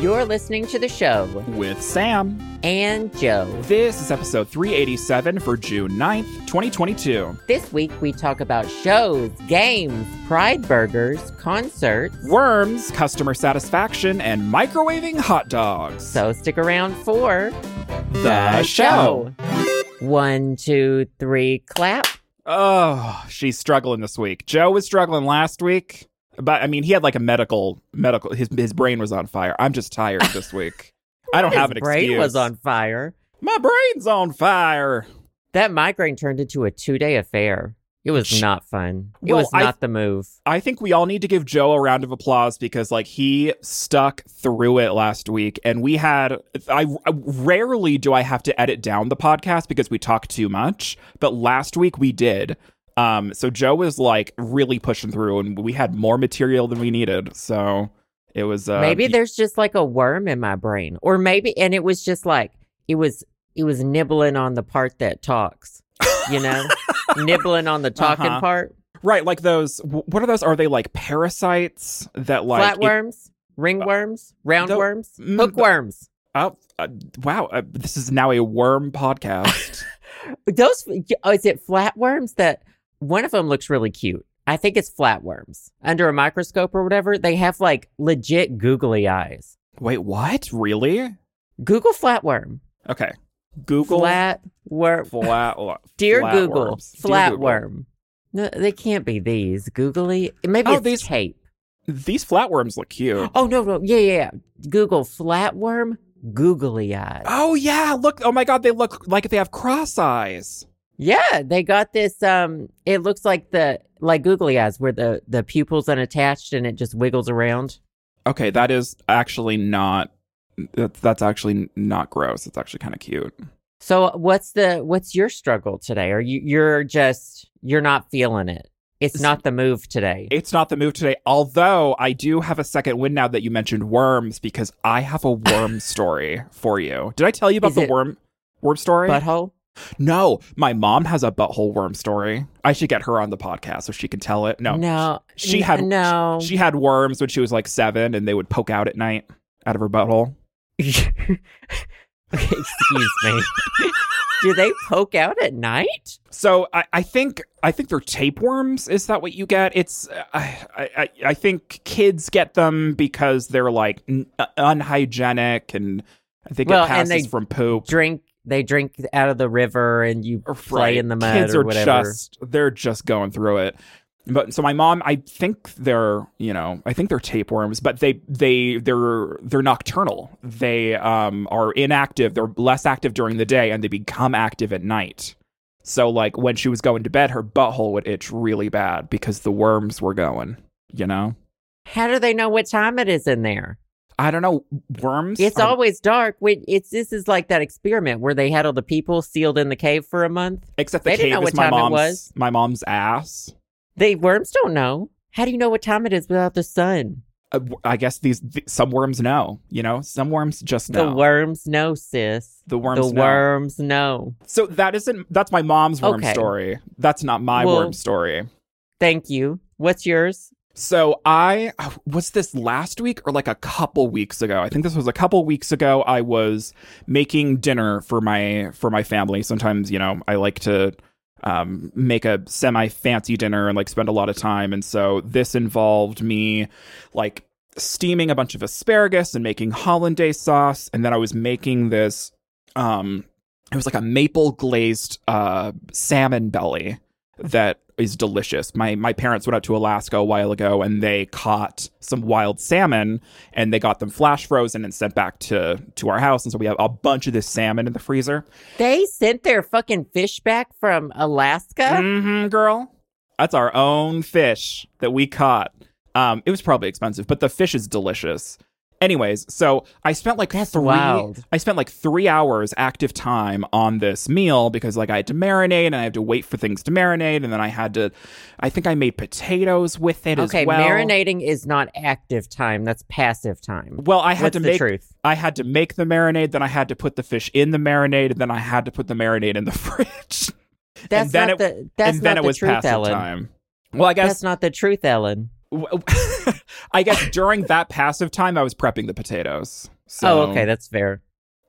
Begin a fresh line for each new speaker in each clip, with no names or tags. You're listening to the show
with Sam.
and Joe.
This is episode 387 for June 9th, 2022.
This week we talk about shows, games, pride burgers, concerts.
Worms, customer satisfaction, and microwaving hot dogs.
So stick around for
the show.
One, two, three, clap.
Oh, she's struggling this week. Joe was struggling last week, but I mean, he had like a medical medical. His his brain was on fire. I'm just tired this week. I don't have an
His brain
excuse.
was on fire.
My brain's on fire.
That migraine turned into a two day affair. It was
Sh-
not fun. It
Well,
was
I-
not the move.
I think we all need to give Joe a round of applause because like he stuck through it last week and we had I rarely do I have to edit down the podcast because we talk too much, but last week we did. Um so Joe was like really pushing through and we had more material than we needed. So it was uh
maybe there's just like a worm in my brain, or maybe, and it was just like it was. It was nibbling on the part that talks. You know, nibbling on the talking
Uh-huh.
part.
right like those wh- what are those are they like parasites that like it- Uh,
Flatworms, ringworms, roundworms,
mm,
hookworms.
oh, uh, wow uh, this is now a worm podcast.
Those oh, is it flatworms that one of them looks really cute. I think it's flatworms under a microscope or whatever. They have like legit googly eyes.
Wait, what? Really?
Google flatworm.
Okay. Google
Flatworm.
flat. wa-
Dear
flat
Google,
worms. Dear Google.
flatworm. No, they can't be these googly. Maybe
Oh,
it's
these-
tape.
These flatworms look cute.
Oh no, no, yeah, yeah. yeah. Google flatworm, googly eyes.
Oh yeah, look. Oh my god, they look like they have cross eyes.
Yeah, they got this. Um, it looks like the like googly eyes, where the the pupils unattached and it just wiggles around.
Okay, that is actually not. That's that's actually not gross. It's actually kind of cute.
So what's the what's your struggle today? Are you you're just you're not feeling it? It's
It's-
not the move today.
It's not the move today. Although I do have a second win now that you mentioned worms because I have a worm story for you. Did I tell you about
Is
the
it-
worm worm story?
Butthole.
no, my mom has a butthole worm story. I should get her on the podcast so she can tell it. No,
no.
she
n-
had-
no.
She had worms when she was like seven, and they would poke out at night out of her butthole.
Excuse me. Do they poke out at night?
So I, I think I think they're tapeworms. Is that what you get? It's uh, I I, I- I think kids get them because they're like n- uh, unhygienic, and I think
Well,
it
and
passes
they-
from poop.
Drink. They drink out of the river, and you
Or
play in the mud
Kids
or
are
whatever.
just they're just going through it. But so my mom, I think they're you know I think they're tapeworms, but they they they're they're nocturnal. They um are inactive. They're less active during the day, and they become active at night. So like when she was going to bed, her butthole would itch really bad because the worms were going. You know,
How do they know what time it is in there?
I don't know worms.
It's
are-
always dark. When it's this is like that experiment where they had all the people sealed in the cave for a month.
except the
they didn't
cave
know
is
what
my
time it
mom's
was.
my mom's ass.
They worms don't know. How do you know what time it is without the sun?
Uh, w- I guess these th- some worms know. You know, some worms just know.
The worms know, sis.
The worms.
the
know.
worms know.
So that isn't. That's my mom's worm
Okay.
story. That's not my
Well-
worm story.
Thank you. What's yours?
So I was this last week or like a couple weeks ago. I think this was a couple weeks ago. I was making dinner for my for my family. Sometimes you know I like to um, make a semi fancy dinner and like spend a lot of time. And so this involved me like steaming a bunch of asparagus and making hollandaise sauce. And then I was making this, um, it was like a maple glazed uh, salmon belly that is delicious. My my parents went out to Alaska a while ago and they caught some wild salmon and they got them flash frozen and sent back to to our house and so we have a bunch of this salmon in the freezer.
They sent their fucking fish back from Alaska.
Mm-hmm, girl. That's our own fish that we caught. Um, it was probably expensive, but the fish is delicious. Anyways, so I spent like
That's
three.
wild.
I spent like three hours active time on this meal because like I had to marinate and I had to wait for things to marinate, and then I had to. I think I made potatoes with it
Okay,
as well.
marinating is not active time. That's passive time.
Well, I had
What's
to
the
make.
truth?
I had to make the marinade, then I had to put the fish in the marinade, and then I had to put the marinade in the fridge.
That's
then
not
it-
the that's
and then
not
it
the
was
truth,
passive
Ellen.
time. Well, I guess
That's not the truth, Ellen.
w- I guess during that passive time, I was prepping the potatoes. So,
oh, okay, that's fair.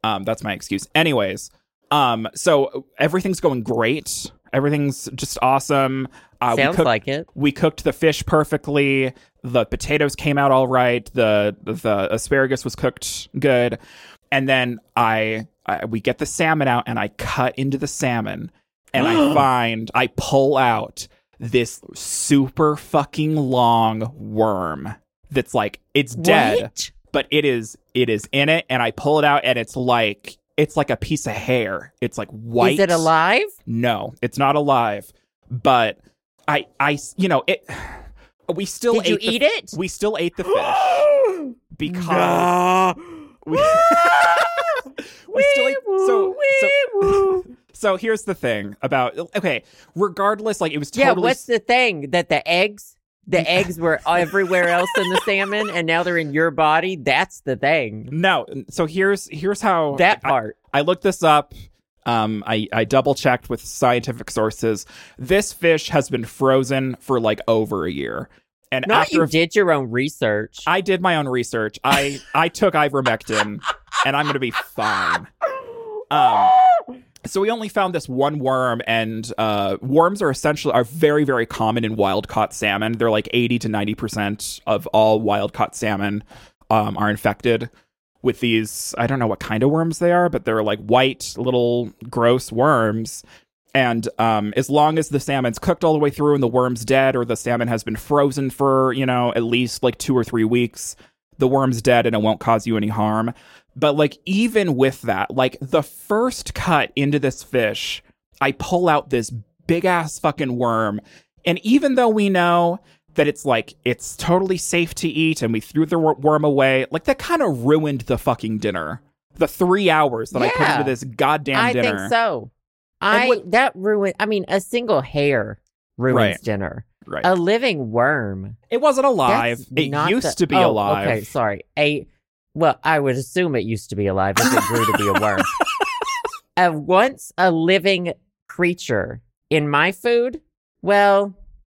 um, that's my excuse. Anyways, um, so everything's going great. Everything's just awesome. Uh, we
Sounds
cooked,
like it.
we cooked the fish perfectly. The potatoes came out all right. The the asparagus was cooked good. And then I, I we get the salmon out, and I cut into the salmon, and I find I pull out this super fucking long worm that's like it's dead
What?
but it is it is in it and i pull it out and it's like it's like a piece of hair it's like white
Is it alive?
no it's not alive but i i s- you know it we still
Did
ate
you
the,
eat it?
we still ate the fish because
Nah.
we, we still ate, so, so so here's the thing about okay regardless like it was
yeah,
totally
what's the thing that the eggs? The eggs were everywhere else in the salmon, and now they're in your body. That's the thing.
no so here's here's how
That
I-
part.
I looked this up. Um, I, I double checked with scientific sources. This fish has been frozen for like over a year. And
Not
after
you
a-
did your own research.
I did my own research, I, I took ivermectin and I'm going to be fine. Um, so we only found this one worm, and uh, worms are essentially are very very common in wild caught salmon. They're like eighty to ninety percent of all wild caught salmon um, are infected with these. I don't know what kind of worms they are, but they're like white little gross worms. And um, as long as the salmon's cooked all the way through and the worm's dead, or the salmon has been frozen for you know at least like two or three weeks, the worm's dead and it won't cause you any harm. But like even with that, like the first cut into this fish, I pull out this big ass fucking worm. And even though we know that it's like it's totally safe to eat and we threw the wor- worm away, like that kind of ruined the fucking dinner. The 3 hours that I put
Yeah.
into this goddamn
I
dinner.
think so. I
what-
that ruined. I mean, a single hair ruins
Right.
dinner.
Right.
A living worm.
it wasn't alive.
That's
It
not
used
the-
to be
oh,
alive.
Okay, sorry. A well, I would assume it used to be alive if it grew to be a worm. a once a living creature in my food. Well,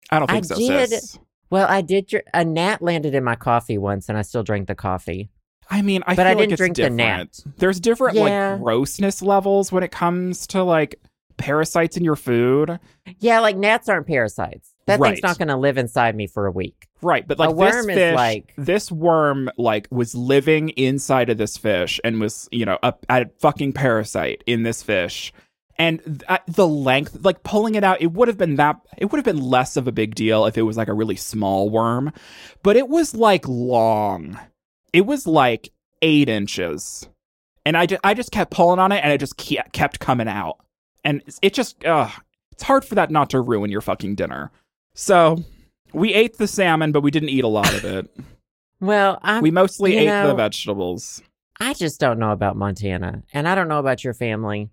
I don't think
I
so.
did-
sis.
well, I did. Dr- a gnat landed in my coffee once, and I still drank the coffee,
I mean, I
but
feel
I
like
didn't
it's
drink
different.
the gnat.
There's different
Yeah.
like grossness levels when it comes to like parasites in your food.
Yeah, like gnats aren't parasites. That
Right.
thing's not going to live inside me for a week.
Right, but like
worm
this
is
fish,
like-
this worm like was living inside of this fish and was, you know, a, a fucking parasite in this fish. And th- uh, the length, like pulling it out, it would have been that it would have been less of a big deal if it was like a really small worm, but it was like long. It was like 8 inches. And I ju- I just kept pulling on it and it just ke- kept coming out. And it just uh it's hard for that not to ruin your fucking dinner. So, we ate the salmon, but we didn't eat a lot of it.
Well, I'm
we mostly
you
ate the
know-
vegetables.
I just don't know about Montana, and I don't know about your family,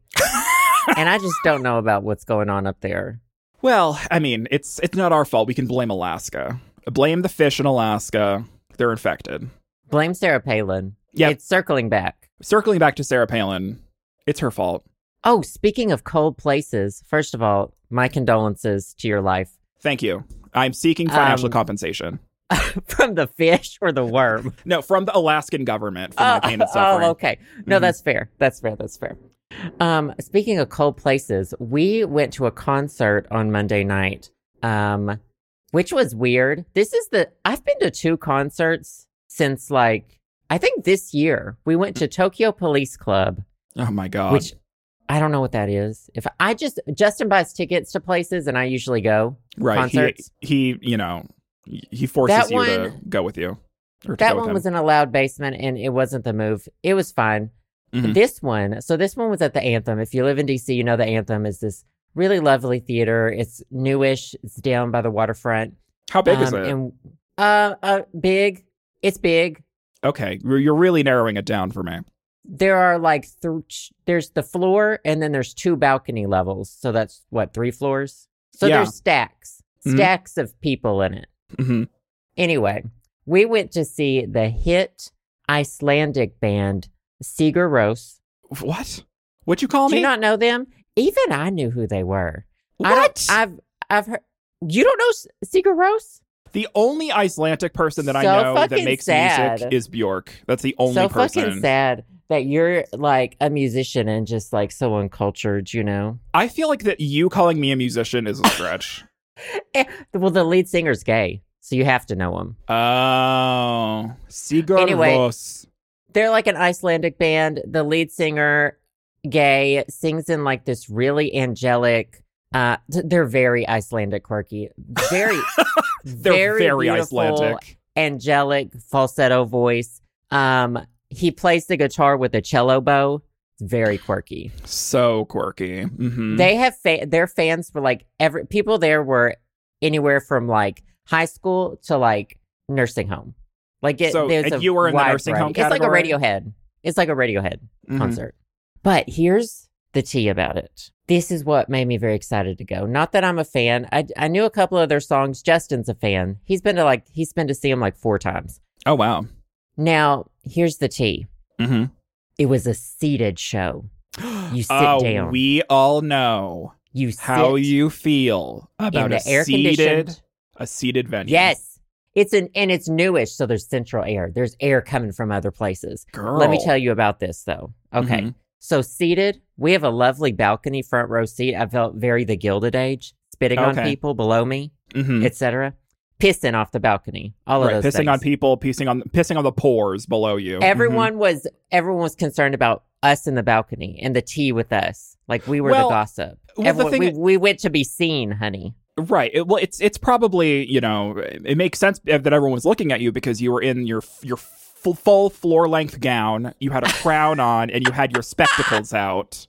and I just don't know about what's going on up there.
Well, I mean, it's it's not our fault. We can blame Alaska. Blame the fish in Alaska. They're infected.
Blame Sarah Palin.
Yep.
it's circling back.
Circling back to Sarah Palin, it's her fault.
Oh, speaking of cold places, first of all, my condolences to your life
Thank you. I'm seeking financial
Um,
compensation.
from the fish or the worm.
No, from the Alaskan government for my
oh,
pain and
oh,
suffering.
okay. No,
Mhm.
that's fair. That's fair. That's fair. Um, speaking of cold places, we went to a concert on Monday night, um, which was weird. This is the I've been to two concerts since like I think this year. We went to Tokyo Police Club,
Oh my god.
which I don't know what that is. If I just Justin buys tickets to places, and I usually go.
right. He,
concerts.
he, you know, he forces
That
you to
one-
go with you. Or to
That
go
one
with
was in a loud basement and it wasn't the move. It was fine.
Mhm.
This one, so this one was at the Anthem. If you live in DC, you know the Anthem is this really lovely theater. It's newish, it's down by the waterfront.
How big is
Um,
it?
And, uh, uh, big. It's big.
okay, you're you're really narrowing it down for me.
There are like, th- there's the floor and then there's two balcony levels. So that's what, three floors? So
Yeah.
there's stacks,
Mhm.
stacks of people in it.
hmm
Anyway, we went to see the hit Icelandic band Sigur Rós.
What? What'd you call
Do
me?
you not know them? Even I knew who they were. I
what?
don't, I've I've heard you don't know S- Sigur Rós?
The only Icelandic person that I
So
know that
fucking
makes
sad.
music is Bjork. That's the only
so
person.
fucking sad that you're like a musician and just like so uncultured, you know?
I feel like that you calling me a musician is a stretch.
Eh, Well, the lead singer's gay, so you have to know him.
oh, Sigur
Anyway.
Rós.
They're like an Icelandic band. The lead singer, gay, sings in like this really angelic. Uh, th- they're very Icelandic quirky, very,
They're very,
beautiful,
Icelandic.
angelic falsetto voice. Um, he plays the guitar with a cello bow. It's very quirky.
Mm-hmm. So quirky. hmm
They have fa- their fans were like every people there were anywhere from like high school to like nursing home. Like it,
So,
there's
and
a
you were in the
wide
nursing home
variety. It's like a
category?
Radiohead. It's like a Radiohead
Mhm.
concert. But here's the tea about it. This is what made me very excited to go. Not that I'm a fan. I, I knew a couple of their songs. Justin's a fan. He's been to like he's been to see him like four times.
Oh wow.
Now here's the tea.
hmm
It was a seated show. You sit
oh,
down.
we all know
You sit
how you feel about
in
a
the air
seated
conditioned.
a seated venue.
Yes. It's an and it's newish, so there's central air. There's air coming from other places.
Girl.
Let me tell you about this though. Okay.
Mhm.
So seated, we have a lovely balcony front row seat. I felt very the gilded age, spitting on
Okay.
people below me,
Mhm.
etc. Pissing off the balcony. All
Right,
of
pissing
those
on
things.
people, pissing on pissing on the pores below you.
Mm-hmm.
Mhm.
Everyone was everyone was concerned about us in the balcony and the tea with us. Like we were
Well,
the gossip.
well, the
everyone,
thing
we,
is-
we went to be seen, honey.
Right. It, well, it's it's probably you know it makes sense eh, that everyone's looking at you because you were in your your full, full floor length gown, you had a crown on, and you had your spectacles out.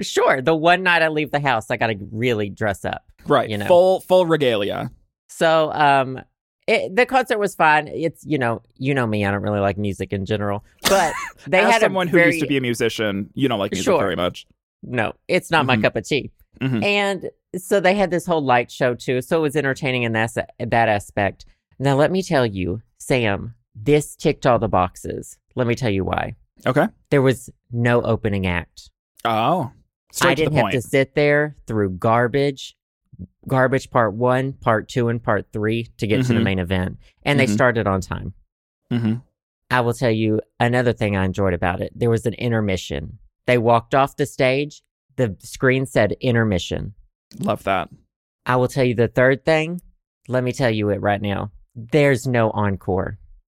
Sure. The one night I leave the house, I gotta really dress up.
Right.
You know.
Full full regalia.
So, um, it, the concert was fun. It's you know, you know me. I don't really like music in general, but they
As
had
someone
a
who
very,
used to be a musician, you don't like music
Sure.
very much.
no, it's not my
Mhm.
cup of tea.
Mhm.
And so they had this whole light show too. So it was entertaining in that s- that aspect. Now let me tell you, Sam, this ticked all the boxes. Let me tell you why.
Okay.
There was no opening act.
Oh, straight
I
to
didn't
the
have
point.
to sit there through garbage, garbage part one, part two, and part three to get to the
Mhm.
main event. And they
Mhm.
started on time.
hmm
I will tell you another thing I enjoyed about it. There was an intermission. They walked off the stage, the screen said intermission.
Love that.
I will tell you the third thing. Let me tell you it right now. There's no encore.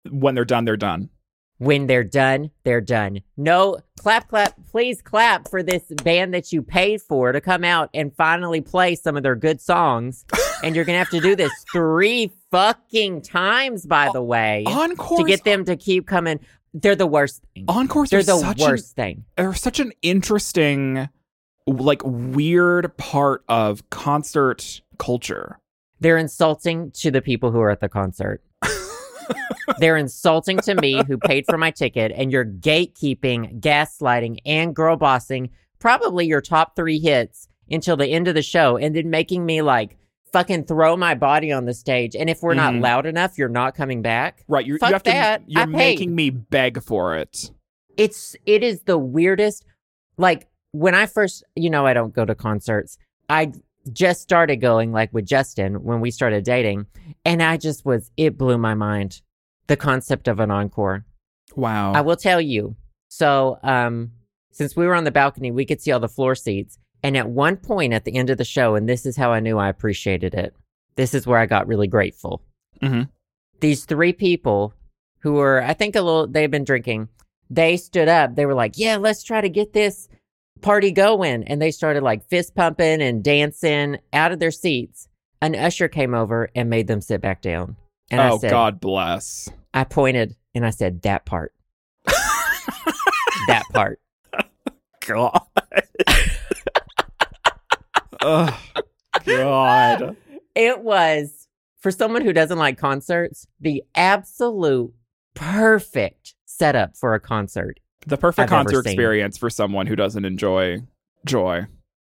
When they're done, they're done.
When they're done, they're done. No clap, clap. Please clap for this band that you paid for to come out and finally play some of their good songs. and you're going to have to do this three fucking times, by the way,
Encores.
to get them to keep coming. They're the worst thing.
Encores
They're
are
the
such an
worst thing.
are such an interesting like weird part of concert culture
They're insulting to the people who are at the concert. They're insulting to me who paid for my ticket, and you're gatekeeping, gaslighting, and girl bossing probably your top three hits until the end of the show, and then making me like fucking throw my body on the stage. And if we're not
Mhm.
loud enough, you're not coming back.
right you,
Fuck
you have
that.
to you're
I paid.
making me beg for it
It's it is the weirdest. Like when I first, you know, I don't go to concerts. I just started going like with Justin when we started dating, and I just was it blew my mind. The concept of an encore.
wow
I will tell you. So, um, since we were on the balcony, we could see all the floor seats. And at one point at the end of the show, and this is how I knew I appreciated it. This is where I got really grateful.
Mhm.
These three people who were, I think, a little, they've been drinking. They stood up. They were like, "Yeah, let's try to get this party going." And they started like fist pumping and dancing out of their seats. An usher came over and made them sit back down. And
oh
I said,
god bless
I pointed and I said, that part. that part.
god Ugh, god
It was, for someone who doesn't like concerts, the absolute perfect setup for a concert.
the perfect
I've ever
concert
seen.
experience for someone who doesn't enjoy joy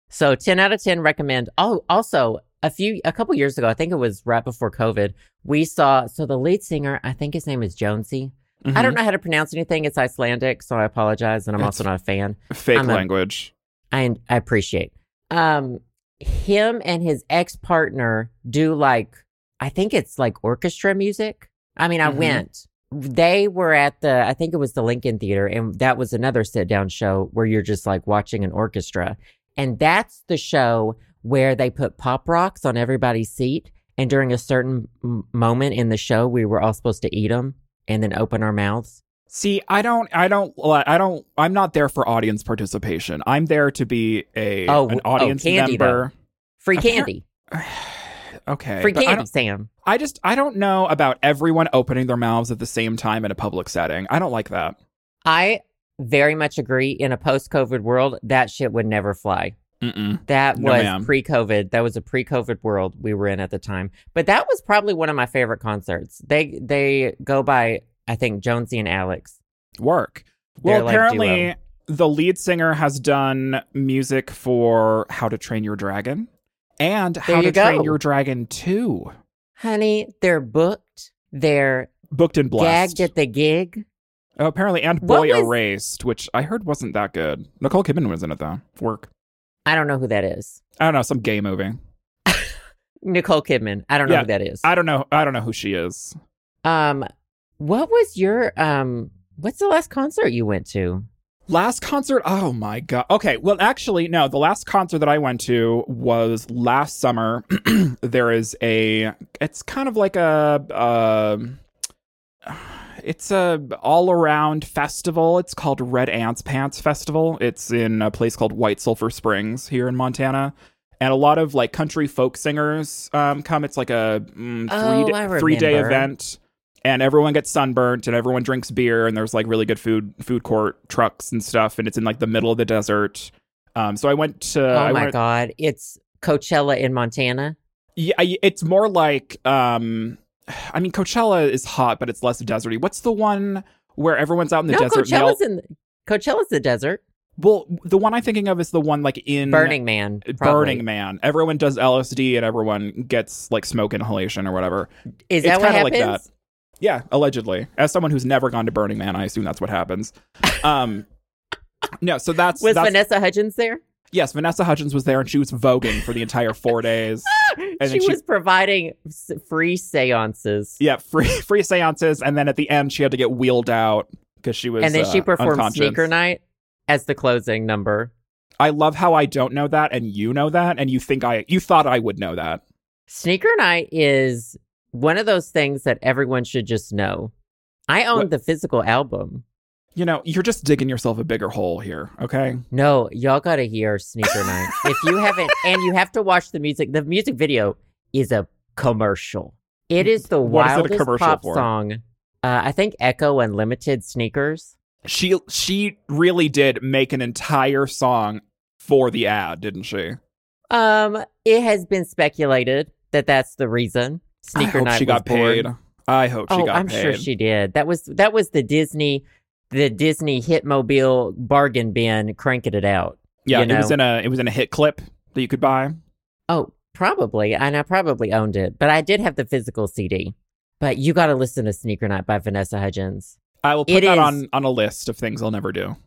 So 10 out of 10 recommend. Oh, also, a few, a couple years ago, I think it was right before COVID, we saw, so the lead singer, I think his name is Jonesy. I don't know how to pronounce anything. It's Icelandic, so I apologize. And I'm
It's-
also not a fan.
Mhm. fake
I'm a-
language
I I appreciate. Um, him and his ex partner do like I think it's like orchestra music. I mean, I
Mhm.
went. They were at the, I think it was the Lincoln Theater, and that was another sit down show where you're just like watching an orchestra. And that's the show where they put pop rocks on everybody's seat. And during a certain m- moment in the show, we were all supposed to eat them and then open our mouths.
See, I don't, I don't, I don't, I'm not there for audience participation. I'm there to be a
Oh,
an
oh,
audience
candy, though.
member.
Free
Appar-
candy.
okay,
Free
but I
candy,
don't,
Sam.
I just, I don't know about everyone opening their mouths at the same time in a public setting. I don't like that.
I very much agree. In a post COVID world, that shit would never fly.
Mm-mm.
That
No,
was
ma'am.
pre COVID. That was a pre COVID world we were in at the time. But that was probably one of my favorite concerts. They they go by I think Jonesy and Alex.
Work.
They're
Well,
like
apparently
duo.
the lead singer has done music for How to Train Your Dragon and How
you
to Train
go.
Your Dragon Two.
Honey, they're booked. They're
Booked and blessed.
gagged at the gig.
oh, apparently, and
What
Boy
was-
Erased, which I heard wasn't that good. Nicole Kidman was in it though. Work.
I don't know who that is.
I don't know, some gay movie.
Nicole Kidman. I don't know
Yeah,
who that is.
I don't know. I don't know who she is.
um what was your um what's the last concert you went to?
Last concert. Oh my god. Okay. Well, actually, no. The last concert that I went to was last summer. there is a. It's kind of like a. um it's a all around festival. It's called Red Ants Pants Festival. It's in a place called White Sulphur Springs here in Montana, and a lot of like country folk singers um, come. It's like a mm,
Oh,
three
I
three day
remember.
event, and everyone gets sunburnt and everyone drinks beer and there's like really good food food court trucks and stuff, and it's in like the middle of the desert. Um, so I went to
oh
I
my
went,
god, it's Coachella in Montana.
yeah, I- it's more like um I mean Coachella is hot, but it's less deserty. What's the one where everyone's out in the
no,
desert? and they all-
Coachella's in Coachella's the desert.
well, the one I'm thinking of is the one like in
Burning Man. probably.
Burning Man. Everyone does LSD and everyone gets like smoke inhalation or whatever.
Is
It's
that what
kinda
happens?
like that. Yeah, allegedly. As someone who's never gone to Burning Man, I assume that's what happens. Um No, so that's,
Was
that's
Vanessa Hudgens there?
yes. Vanessa Hudgens was there, and she was voguing for the entire four days. then
she
she-
was providing s- free seances.
Yeah, free free seances, and then at the end she had to get wheeled out because she was.
and then she
uh,
performed
unconscious.
Sneaker Night as the closing number.
I love how I don't know that, and you know that, and you think I you thought I would know that.
Sneaker Night is one of those things that everyone should just know. I owned
What-
the physical album.
You know, you're just digging yourself a bigger hole here. Okay,
No, y'all gotta hear Sneaker Night. if you haven't, and you have to watch the music, the music video is a commercial. It is the
What is it a
wildest
commercial
pop
for?
song. Uh, I think Echo Unlimited Sneakers.
she she really did make an entire song for the ad, didn't she?
Um, it has been speculated that that's the reason. Sneaker
I hope
night
she
was
got paid.
born.
I hope she
oh,
got
I'm
paid.
sure she did. That was that was the Disney, the Disney Hitmobile bargain bin cranking it out.
yeah,
you
it was
know.
in a it was in a hit clip that you could buy.
Oh, probably, and I probably owned it, but I did have the physical CD. But you got to listen to Sneaker Night by Vanessa Hudgens.
I will put
It
that
is-
on on a list of things I'll never do.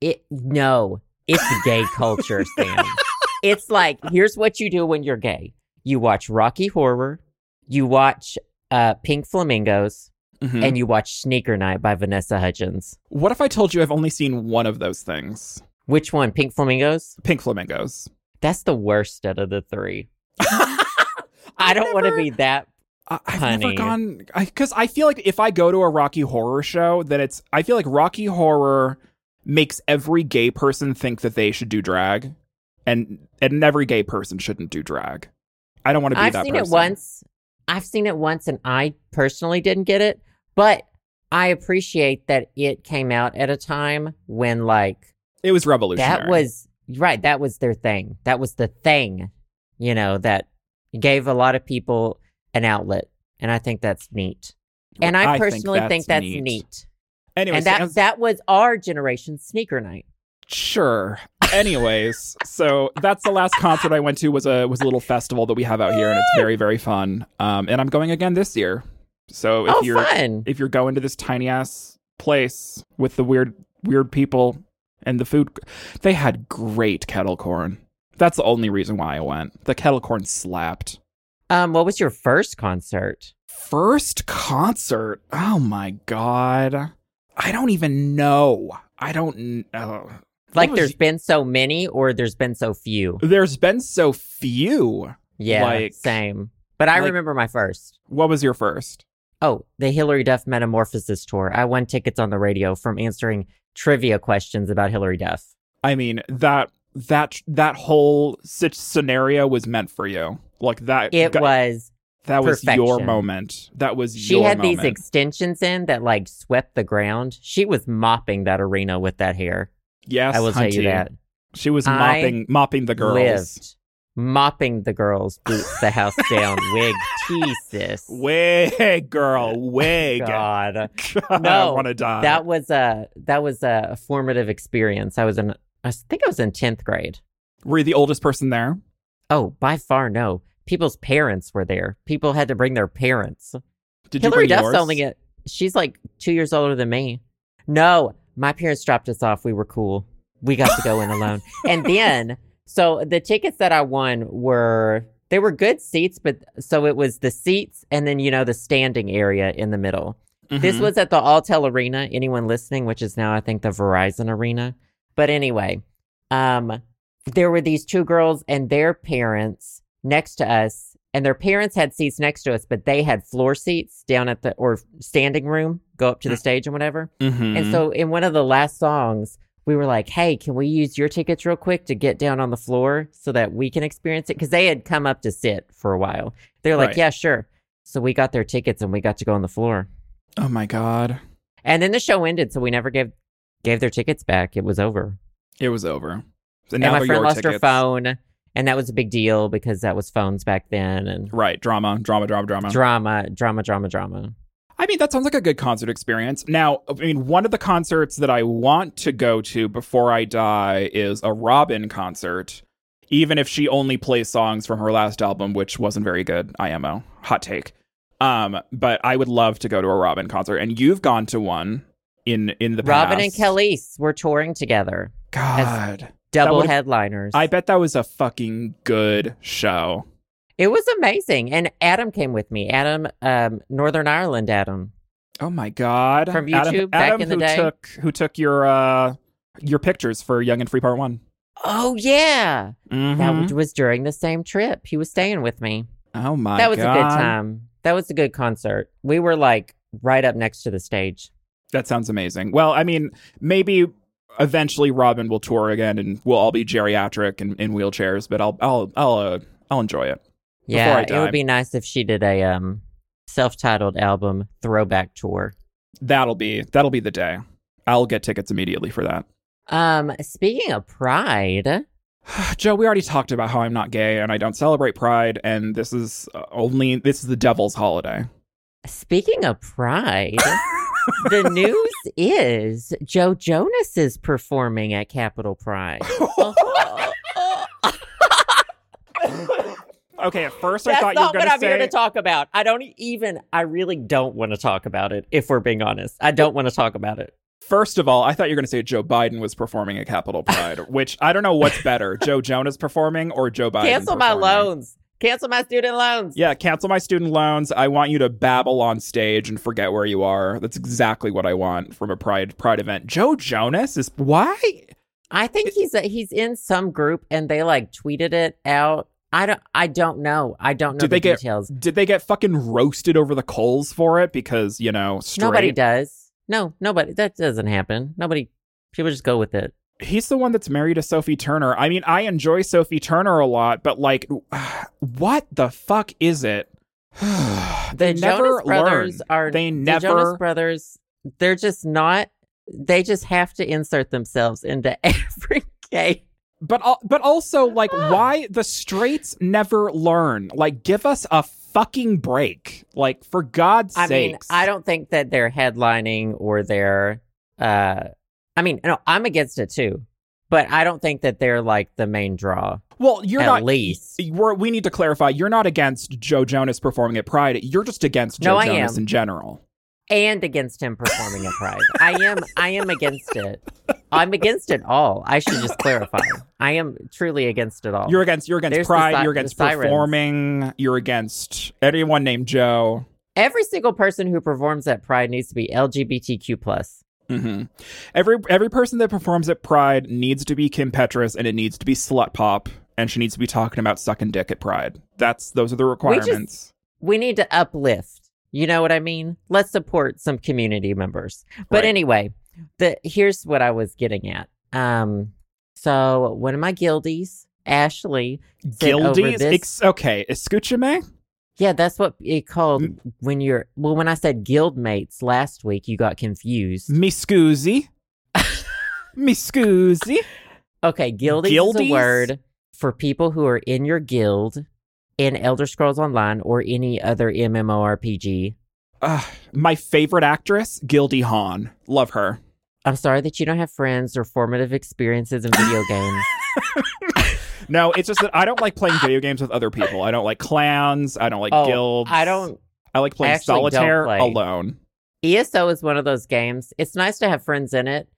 It no, it's gay culture, Sam. It's like here's what you do when you're gay: you watch Rocky Horror, you watch uh, Pink Flamingos.
Mhm.
and you watch Sneaker Night by Vanessa Hudgens.
What if I told you I've only seen one of those things?
Which one? Pink Flamingos?
Pink flamingos.
That's the worst out of the three. I don't want to be that.
I- I've
Honey.
never gone because I, feel like if I go to a Rocky Horror show, then it's. I feel like Rocky Horror makes every gay person think that they should do drag, and and every gay person shouldn't do drag. I don't want to be
I've
that
seen it
person.
once. I've seen it once and I personally didn't get it, but I appreciate that it came out at a time when like
It was revolutionary.
that was right, that was their thing. That was the thing, you know, that gave a lot of people an outlet. And I think that's neat. And I,
think
personally think that's, neat.
Anyways,
and that
as-
that was our generation's sneaker night.
Sure. Anyways, so that's the last concert I went to was a was a little festival that we have out here, and it's very very fun. Um, and I'm going again this year. So if
oh,
you're
fun!
if you're going to this tiny ass place with the weird weird people and the food, they had great kettle corn. That's the only reason why I went. The kettle corn slapped.
Um, what was your first concert?
First concert. Oh my god. I don't even know. I don't know.
Like,
was
there's
y-
been so many, or there's been so few.
There's been so few.
Yeah,
Like-
same. But I
like-
remember my first.
What was your first?
Oh, the Hillary Duff Metamorphosis tour. I won tickets on the radio from answering trivia questions about Hillary Duff.
I mean, that that that whole sit- scenario was meant for you. Like that
It
got-
was.
that was your
perfection.
moment. That was
She
your
had
moment.
these extensions in that like swept the ground. She was mopping that arena with that hair.
yes,
I will tell you
hunty.
that.
She was
I
mopping mopping the girls.
Lived mopping the girls, boots the house down, wig. Jesus.
Wig, girl, wig.
God.
God, I
No,
want to die.
that was a that was a formative experience. I was in I think I was in 10th grade.
Were you the oldest person there?
Oh, by far no. People's parents were there. People had to bring their parents.
Did
Hillary
you bring
Duff's
yours?
only a, she's like 2 years older than me. No, my parents dropped us off. We were cool. We got to go in alone. And then so the tickets that I won were they were good seats, but so it was the seats and then you know the standing area in the middle. This
Mhm.
was at the Alltel Arena. Anyone listening, which is now I think the Verizon Arena. But anyway, um, there were these two girls and their parents next to us, and their parents had seats next to us, but they had floor seats down at the or standing room, go up to the stage and whatever.
Mhm.
And so in one of the last songs, we were like, "Hey, can we use your tickets real quick to get down on the floor so that we can experience it?" Because they had come up to sit for a while. They're like,
Right.
"Yeah, sure." So we got their tickets and we got to go on the floor.
oh my god,
And then the show ended, so we never gave gave their tickets back. It was over.
it was over. So
and my
they're
friend
your
lost her
tickets.
phone, and that was a big deal because that was phones back then and
Right, drama, drama, drama, drama.
drama, drama, drama, drama.
I mean, that sounds like a good concert experience. Now, I mean, one of the concerts that I want to go to before I die is a Robin concert, even if she only plays songs from her last album, which wasn't very good. IMO, hot take. Um, but I would love to go to a Robin concert, and you've gone to one in in the
Robin and
past.
Kelly's were touring together,
God,
double
would've-
headliners.
I bet that was a fucking good show.
it was amazing. And Adam came with me. Adam, um, Northern Ireland, Adam.
Oh my god!
From
Adam,
YouTube back
Adam
in the
who
day?
took who took your uh your pictures for Young and Free Part One.
Oh yeah,
Mhm.
that was during the same trip. He was staying with me.
oh my!
that was a good
God.
time. That was a good concert. We were like right up next to the stage.
That sounds amazing. Well, I mean, maybe eventually Robin will tour again, and we'll all be geriatric and in wheelchairs. But I'll I'll I'll uh, I'll enjoy it. before
Yeah,
I
it
die.
would be nice if she did a um self-titled album throwback tour.
That'll be that'll be the day. I'll get tickets immediately for that.
Um, speaking of pride,
Joe, we already talked about how I'm not gay and I don't celebrate Pride, and this is uh, only this is the devil's holiday.
speaking of pride, the news is Joe Jonas is performing at Capitol Pride. Uh-huh.
Okay, at first I
That's
thought you
not
were
what
going
I'm
to say.
here to talk about. I don't even. I really don't want to talk about it. If we're being honest, I don't want to talk about it.
first of all, I thought you were going to say Joe Biden was performing at Capitol Pride, which I don't know what's better, Joe Jonas performing or Joe Biden.
Cancel my
performing.
loans. Cancel my student loans.
Yeah, cancel my student loans. I want you to babble on stage and forget where you are. That's exactly what I want from a Pride Pride event. Joe Jonas is why?
I think he's he's in some group and they like tweeted it out. I don't I don't know. I don't know
Did
the
they get
details.
Did they get fucking roasted over the coals for it because, you know, straight?
Nobody does. No, nobody. That doesn't happen. Nobody. People just go with it.
he's the one that's married to Sophie Turner. I mean, I enjoy Sophie Turner a lot, but like, what the fuck is it? they
The
never
Jonas Brothers
learn.
are
They
the Jonas
never.
Brothers. They're just not. They just have to insert themselves into every gay.
But al- but also like, why the straights never learn? Like, give us a fucking break. Like, for God's
I mean,
sakes.
I don't think that they're headlining or they're. Uh, I mean, no, I'm against it too, but I don't think that they're like the main draw.
Well, you're
at
not.
least.
We're, we need to clarify. You're not against Joe Jonas performing at Pride. You're just against Joe
No, I
Jonas
am.
in general.
and against him performing at Pride. I am I am against it. I'm against it all. I should just clarify. I am truly against it all.
You're against you're against
There's the
pride,
si-
you're
the
against
sirens.
performing, you're against anyone named Joe.
Every single person who performs at Pride needs to be LGBTQ plus.
hmm Every every person that performs at Pride needs to be Kim Petras, and it needs to be slut pop, and she needs to be talking about sucking dick at Pride. That's those are the requirements.
We need to uplift. You know what I mean? Let's support some community members. But
Right.
anyway, the here's what I was getting at. Um, so one of my guildies, Ashley. sent over
Guildies,
this-
Ex- okay, escúchame.
Yeah, that's what it called when you're. Well, when I said guildmates last week, you got confused.
Mi scusi. Mi scusi.
Okay, guildies, is
Guildies?
a word for people who are in your guild in Elder Scrolls Online or any other MMORPG.
Ugh, my favorite actress, Gildy Hahn. Love her.
I'm sorry that you don't have friends or formative experiences in video games.
No, it's just that I don't like playing video games with other people. I don't like clans. I don't like
Oh,
guilds.
I don't.
I like playing
I actually don't
solitaire
play.
alone.
ESO is one of those games. It's nice to have friends in it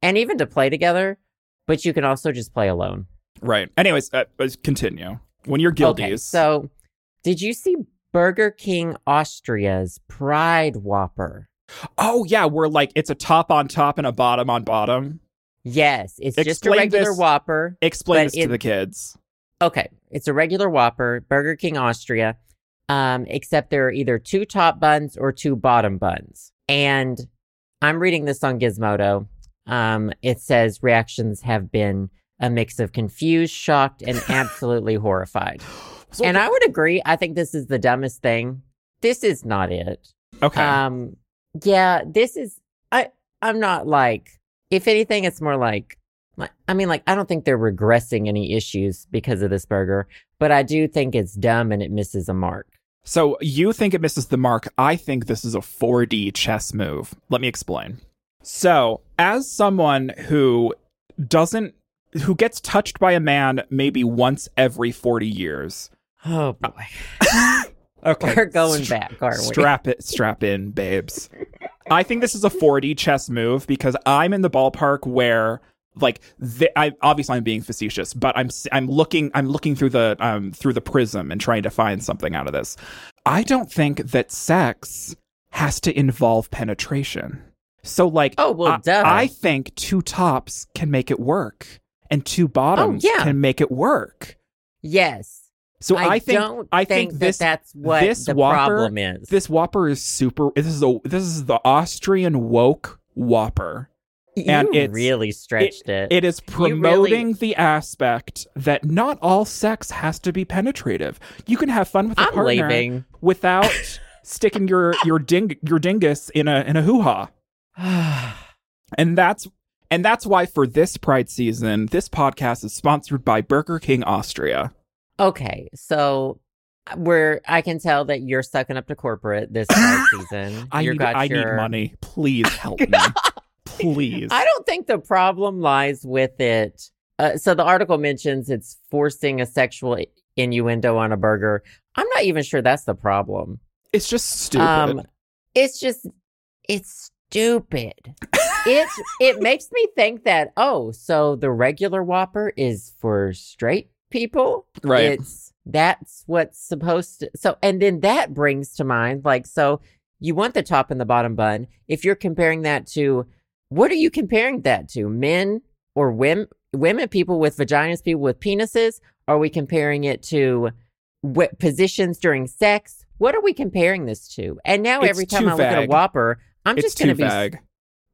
and even to play together, but you can also just play alone.
Right. Anyways, uh, let's continue. When you're guildies,
Okay, so did you see Burger King Austria's Pride Whopper?
oh yeah, we're like it's a top on top and a bottom on bottom.
Yes, it's just a
Explain
regular
this-
Whopper.
Explain
But
this to
it-
the kids.
Okay, it's a regular Whopper, Burger King Austria, um, except there are either two top buns or two bottom buns. And I'm reading this on Gizmodo. Um, it says reactions have been a mix of confused, shocked, and absolutely horrified.
So-
And I would agree. I think this is the dumbest thing. This is not it.
okay.
Um, yeah, this is I. I'm not like. If anything, it's more like. like- I mean, like I don't think they're regressing any issues because of this burger, but I do think it's dumb and it misses a mark.
so you think it misses the mark? I think this is a 4D chess move. Let me explain. So, as someone who doesn't who gets touched by a man maybe once every 40 years.
Oh boy,
Okay.
we're going
Str-
back, aren't we?
Strap it, strap in, babes. I think this is a 4D chess move because I'm in the ballpark where, like, the, I obviously I'm being facetious, but I'm s- I'm looking I'm looking through the um through the prism and trying to find something out of this. I don't think that sex has to involve penetration. So, like,
oh well,
I,
duh.
I think two tops can make it work and two bottoms
Oh, yeah.
can make it work.
yes,
So I, think
don't
I think,
that
this
that's what
this
the
Whopper-
problem is.
this Whopper is super. This is a this is the Austrian woke Whopper. and
you
it's-
really stretched it.
It is
really-
promoting the aspect that not all sex has to be penetrative. You can have fun with a
I'm
partner
leaving.
without sticking your your ding your dingus in a in a hoo ha. And that's and that's why for this Pride season, this podcast is sponsored by Burger King Austria.
okay, so. Where I can tell that you're sucking up to corporate this Pride season.
I
You're
need,
got
I need
your-
money. Please help me. Please.
I don't think the problem lies with it. Uh, so the article mentions it's forcing a sexual innuendo on a burger. I'm not even sure that's the problem.
it's just stupid.
Um, it's just it's stupid. it it makes me think that oh, so the regular Whopper is for straight people.
right.
It's that's what's supposed to so and then that brings to mind like so you want the top and the bottom bun. If you're comparing that to what are you comparing that to? Men or women women people with vaginas, people with penises? Are we comparing it to what positions during sex? What are we comparing this to? And now
It's
every time
too
I look at a
vague.
Whopper, I'm
it's
just gonna
too
be
vague.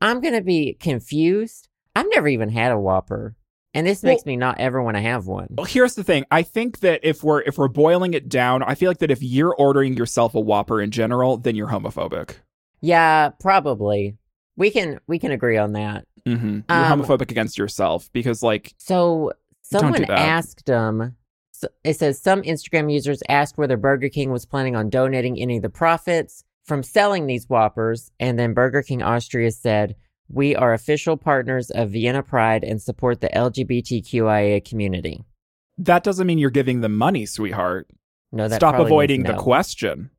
I'm gonna be confused. I've never even had a Whopper. And this
Well-
makes me not ever want to have one.
Well, here's the thing. I think that if we're if we're boiling it down, I feel like that if you're ordering yourself a Whopper in general, then you're homophobic.
Yeah, probably. We can we can agree on that.
Mm-hmm. You're
Um,
homophobic against yourself because, like,
So
Don't do
someone
that.
asked them. so- It says some Instagram users asked whether Burger King was planning on donating any of the profits from selling these Whoppers, and then Burger King Austria said, "We are official partners of Vienna Pride and support the LGBTQIA community."
that doesn't mean you're giving them money, sweetheart.
No, that
Stop
probably means
avoiding the
no.
question.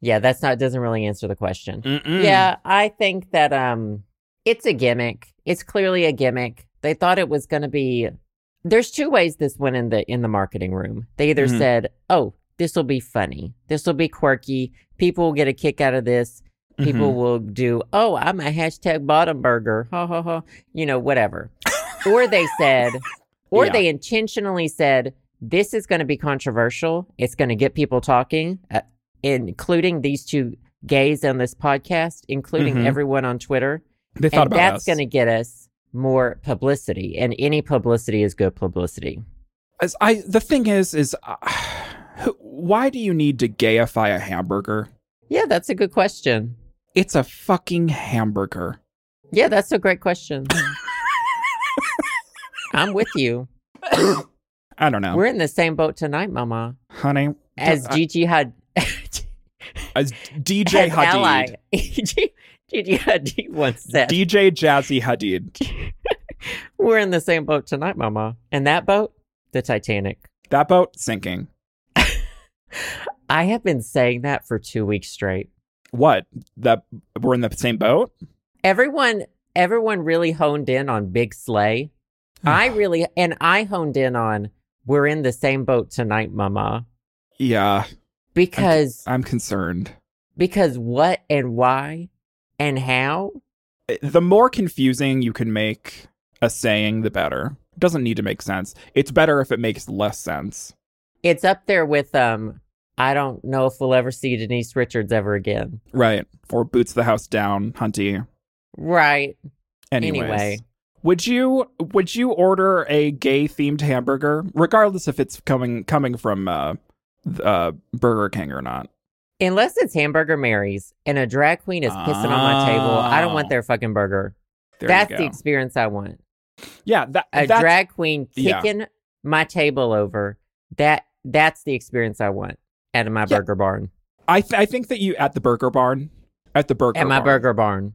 Yeah, that's not doesn't really answer the question.
Mm-mm.
Yeah, I think that um it's a gimmick. It's clearly a gimmick. They thought it was going to be There's two ways this went in the in the marketing room. They either
Mhm.
said, "Oh, this will be funny. This will be quirky. People will get a kick out of this. People
Mm-hmm.
will do, "Oh, I'm a hashtag bottom burger." Ha ha ha. You know, whatever. or they said or
Yeah.
they intentionally said, "This is going to be controversial. It's going to get people talking." Uh, including these two gays on this podcast, including
Mhm.
everyone on Twitter.
Mhm. They thought
and
about
that's
us.
going to get us more publicity. And any publicity is good publicity.
As I the thing is is uh, why do you need to gayify a hamburger?
Yeah, that's a good question.
It's a fucking hamburger.
Yeah, that's a great question. I'm with you.
I don't know,
We're in the same boat tonight, Mama.
honey.
As
I-
Gigi had
As DJ
as
Hadid,
ally. Gigi Hadid once said,
DJ Jazzy Hadid.
"We're in the same boat tonight, Mama." And that boat, the Titanic.
That boat sinking.
I have been saying that for two weeks straight.
What? That we're in the same boat?
Everyone, everyone really honed in on Big Sleigh. I really, and I honed in on we're in the same boat tonight, Mama,
Yeah,
because
I'm concerned.
because what and why and how?
The more confusing you can make a saying, the better. It doesn't need to make sense. It's better if it makes less sense.
It's up there with um. I don't know if we'll ever see Denise Richards ever again.
Right. Or boots the house down, hunty.
Right.
Anyways.
Anyway.
Would you would you order a gay themed hamburger, regardless if it's coming coming from uh, th- uh, Burger King or not?
Unless it's Hamburger Mary's and a drag queen is pissing on my table, I don't want
Oh.
their fucking burger.
There
That's
you
the
go.
experience I want.
yeah, that,
a
that's
drag queen
Yeah.
kicking my table over. That that's the experience I want at my
Yeah.
burger barn.
I th- I think that you at the Burger Barn, at the Burger
At my
Barn.
burger barn.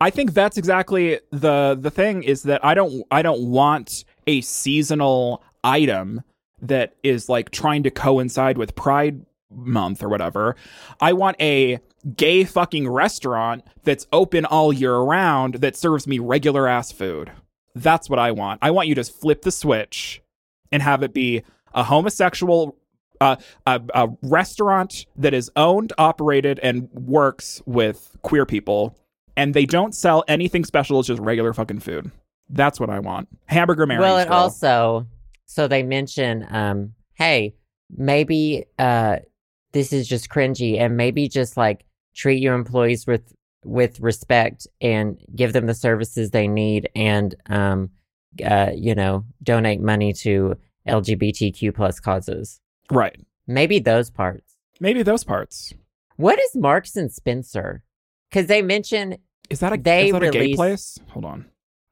I think that's exactly the the thing is that I don't I don't want a seasonal item that is like trying to coincide with Pride month or whatever. I want a gay fucking restaurant that's open all year round that serves me regular ass food. That's what I want. I want you to flip the switch and have it be a homosexual uh, a, a restaurant that is owned, operated, and works with queer people, and they don't sell anything special. It's just regular fucking food. That's what I want. Hamburger Mary's.
well, it
girl.
also so they mention, um, hey, maybe uh, this is just cringy, and maybe just like treat your employees with with respect and give them the services they need, and um, uh, you know, donate money to LGBTQ plus causes.
right.
Maybe those parts.
Maybe those parts.
What is Marks and Spencer? Because they mention,
Is that a
They
is that a gay
release-
place? Hold on.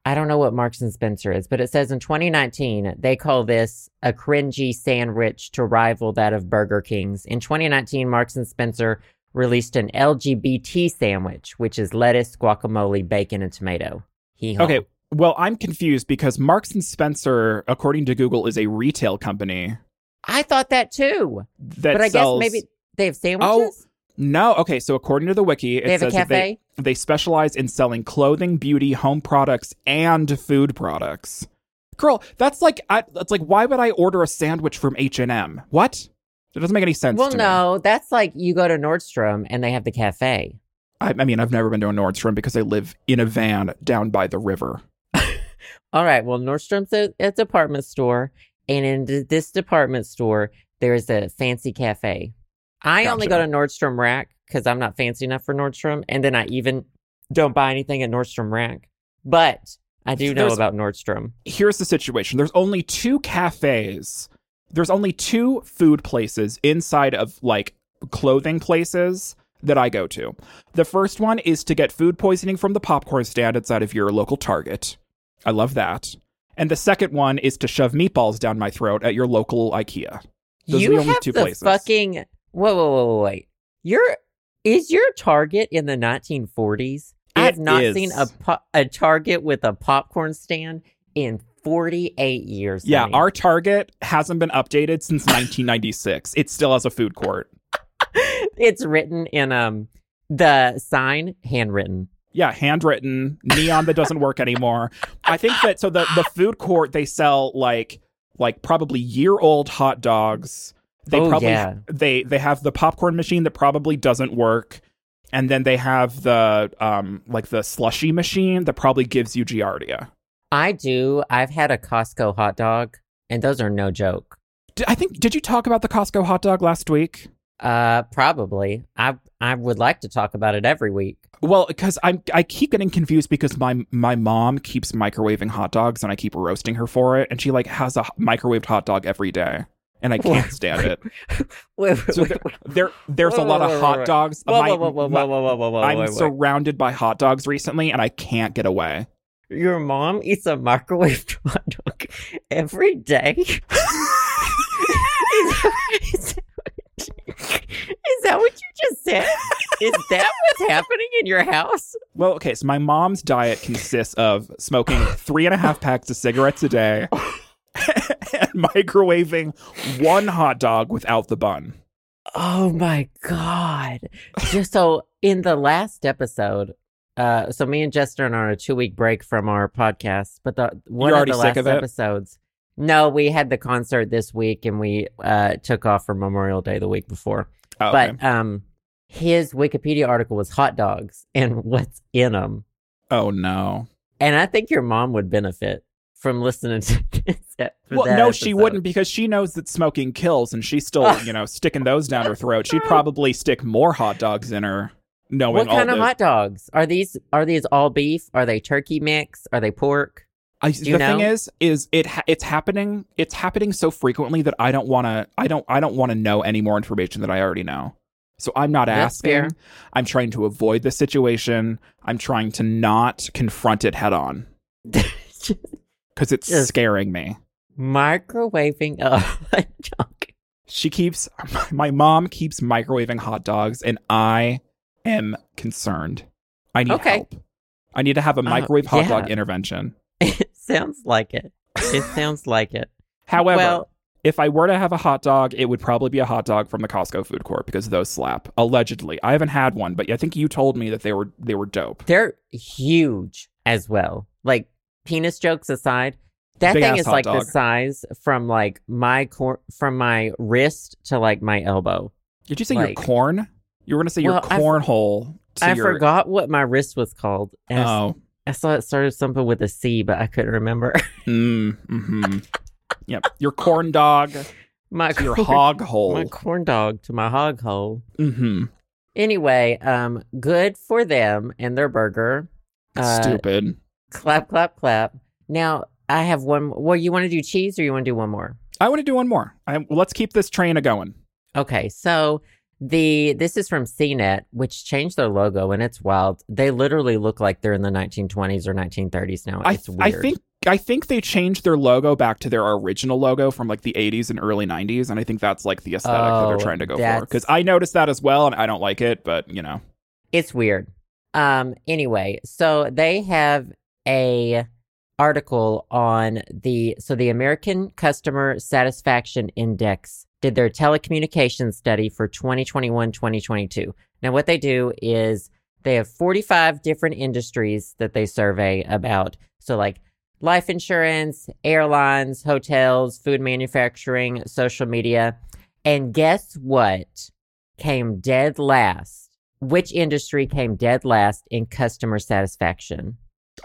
I don't know what Marks and Spencer is, but it says in 2019, they call this a cringy sandwich to rival that of Burger King's. In 2019, Marks and Spencer released an LGBT sandwich, which is lettuce, guacamole, bacon, and tomato. Hee haw.
Okay. Well, I'm confused because Marks and Spencer, according to Google, is a retail company
I thought that too,
that
but I
sells.
guess maybe they have sandwiches?
no. Okay, so according to the wiki, it
they have a
says that
cafe?
they they specialize in selling clothing, beauty, home products, and food products. Girl, that's like I, that's like why would I order a sandwich from H and M? What? It doesn't make any sense.
Well,
to me.
no, that's like you go to Nordstrom and they have the cafe.
I, I mean, I've never been to a Nordstrom because I live in a van down by the river.
All right. Well, Nordstrom's a, a department store, and in th- this department store, there is a fancy cafe. I only go
Gotcha.
to Nordstrom Rack because I'm not fancy enough for Nordstrom, and then I even don't buy anything at Nordstrom Rack. But I do know
There's-
about Nordstrom.
here's the situation there's only two cafes there's only two food places inside of like clothing places that I go to. The first one is to get food poisoning from the popcorn stand outside of your local Target. I love that. And the second one is to shove meatballs down my throat at your local IKEA. Those are
you
the only
have
two
the
places.
fucking whoa, whoa, whoa, whoa, wait. Your is your Target in the 1940s? I have
It
not
is.
seen a po- a Target with a popcorn stand in 48 years.
Yeah,
honey.
our Target hasn't been updated since 1996. it still has a food court.
it's written in um the sign handwritten.
Yeah, handwritten neon that doesn't work anymore. I think that so the the food court they sell like like probably year old hot dogs. They
Oh,
probably
yeah.
they they have the popcorn machine that probably doesn't work, and then they have the um like the slushy machine that probably gives you giardia.
I do. I've had a Costco hot dog, and those are no joke.
Did, I think did you talk about the Costco hot dog last week?
Uh, probably. I I would like to talk about it every week.
Well, because I'm I keep getting confused because my my mom keeps microwaving hot dogs and I keep roasting her for it, and she like has a h- microwaved hot dog every day, and I can't stand it.
Wait, wait,
So
wait,
there,
wait.
there there's a
Whoa,
lot
whoa,
of
whoa, whoa.
hot dogs.
Whoa,
My-
whoa, whoa, whoa,
my-
whoa, whoa, whoa, whoa, whoa,
I'm
wait, wait.
surrounded by hot dogs recently, and I can't get away.
Your mom eats a microwaved hot dog every day? is, that, is, that, is that what you just said? Is that what's happening in your house?
Well, okay, so my mom's diet consists of smoking three and a half packs of cigarettes a day and microwaving one hot dog without the bun.
Oh my god. Just so in the last episode, uh so me and Jester are on a two week break from our podcast, but the one
You're
of
already
the
sick
last
of it?
episodes. No, we had the concert this week and we uh took off for Memorial Day the week before.
Oh, okay.
But um his Wikipedia article was hot dogs and what's in them.
oh no.
And I think your mom would benefit from listening to this. ep-
Well,
that
no, she
episode.
wouldn't because she knows that smoking kills, and she's still, you know, sticking those down her throat. She'd probably stick more hot dogs in her, knowing
What
all
kind of
the-
hot dogs are these? Are these all beef? Are they turkey mix? Are they pork?
I,
you
the thing
know?
is, is it ha- it's happening? It's happening so frequently that I don't want to. I don't. I don't want to know any more information that I already know. So I'm not
That's
asking.
fair.
I'm trying to avoid the situation. I'm trying to not confront it head on
Just
because it's
Yes.
scaring me.
Microwaving a hot dog.
She keeps my mom keeps microwaving hot dogs, and I am concerned. I need
Okay. Uh,
help. I need to have a microwave hot dog
yeah.
intervention.
It sounds like it. It sounds like it.
However,
well,
if I were to have a hot dog, it would probably be a hot dog from the Costco food court because those slap. Allegedly, I haven't had one, but I think you told me that they were they were dope.
they're huge as well. Like penis jokes aside, that
Big
thing
ass
is
hot
like
dog.
the size from like my cor- from my wrist to like my elbow.
Did you say
Like-
your corn? You were going to say
Well,
your
I f-
cornhole. to
I
your-
forgot what my wrist was called. And I s-
Oh,
I saw it started something with a C, but I couldn't remember.
mm, hmm yep. Your corn dog to
my
your
corn-
hog
my
hole.
corn dog to my hog hole.
hmm
Anyway, um, good for them and their burger. Uh,
Stupid.
Clap, clap, clap. Now I have one. Well, you want to do cheese or you want to do one more?
I want to do one more. I, let's keep this train a going.
Okay, so the this is from CNET, which changed their logo, and it's wild. They literally look like they're in the 1920s or 1930s now.
I
It's weird.
I think I think they changed their logo back to their original logo from like the 80s and early 90s, and I think that's like the aesthetic that
Oh,
they're trying to go for.
that's-
Because I noticed that as well, and I don't like it, but you know,
it's weird. Um. Anyway, so they have a article on the so the American Customer Satisfaction Index did their telecommunications study for 2021-2022. Now what they do is they have 45 different industries that they survey about. So like life insurance, airlines, hotels, food manufacturing, social media. And guess what came dead last? Which industry came dead last in customer satisfaction?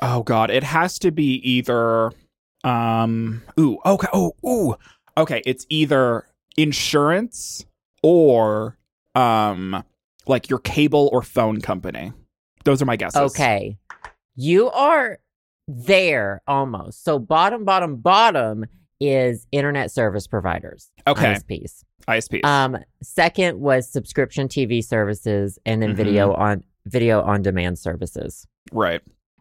oh god, it has to be either, um, ooh, okay, oh, ooh, okay, it's either insurance or um, like your cable or phone company. Those are my guesses.
Okay. You are there almost. So bottom, bottom, bottom is internet service providers.
Okay.
ISPs.
ISPs.
Um, second was subscription TV services and then
Mhm.
video on video on demand services.
right.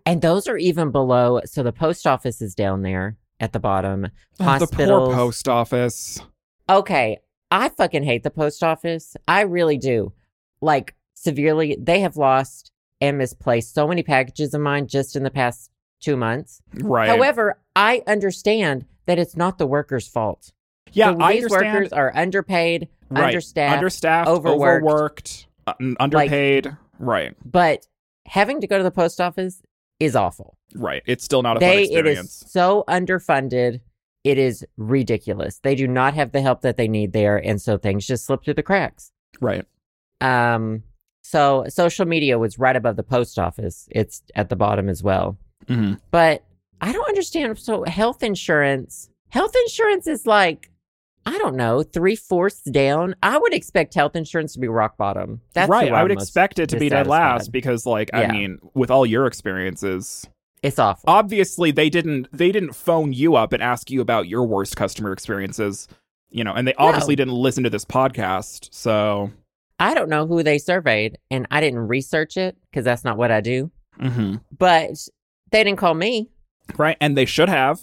And those are even below. So the post office is down there at the bottom.
Oh, the
hospitals.
poor post office.
Okay. I fucking hate the post office. I really do. Like, severely, they have lost and misplaced so many packages of mine just in the past two months.
Right.
However, I understand that it's not the workers' fault.
yeah,
So
I
these
understand.
workers are underpaid,
Right.
understaffed,
understaffed,
overworked.
overworked, un- underpaid. right,
but having to go to the post office is awful.
right. It's still not a
they
fun
it is
experience.
so underfunded it is ridiculous they do not have the help that they need there and so things just slip through the cracks
Right.
um so social media was right above the post office it's at the bottom as well
hmm
but i don't understand so health insurance health insurance is like i don't know three fourths down i would expect health insurance to be rock bottom that's
right.
who
I
I'm
would
most-
expect it to be dead
dissatisfied.
last because, like, I
Yeah.
mean, with all your experiences,
it's awful
obviously they didn't they didn't phone you up and ask you about your worst customer experiences you know and they obviously didn't listen to this podcast so
i don't know who they surveyed and i didn't research it because that's not what i do
mhm.
but they didn't call me.
right and they should have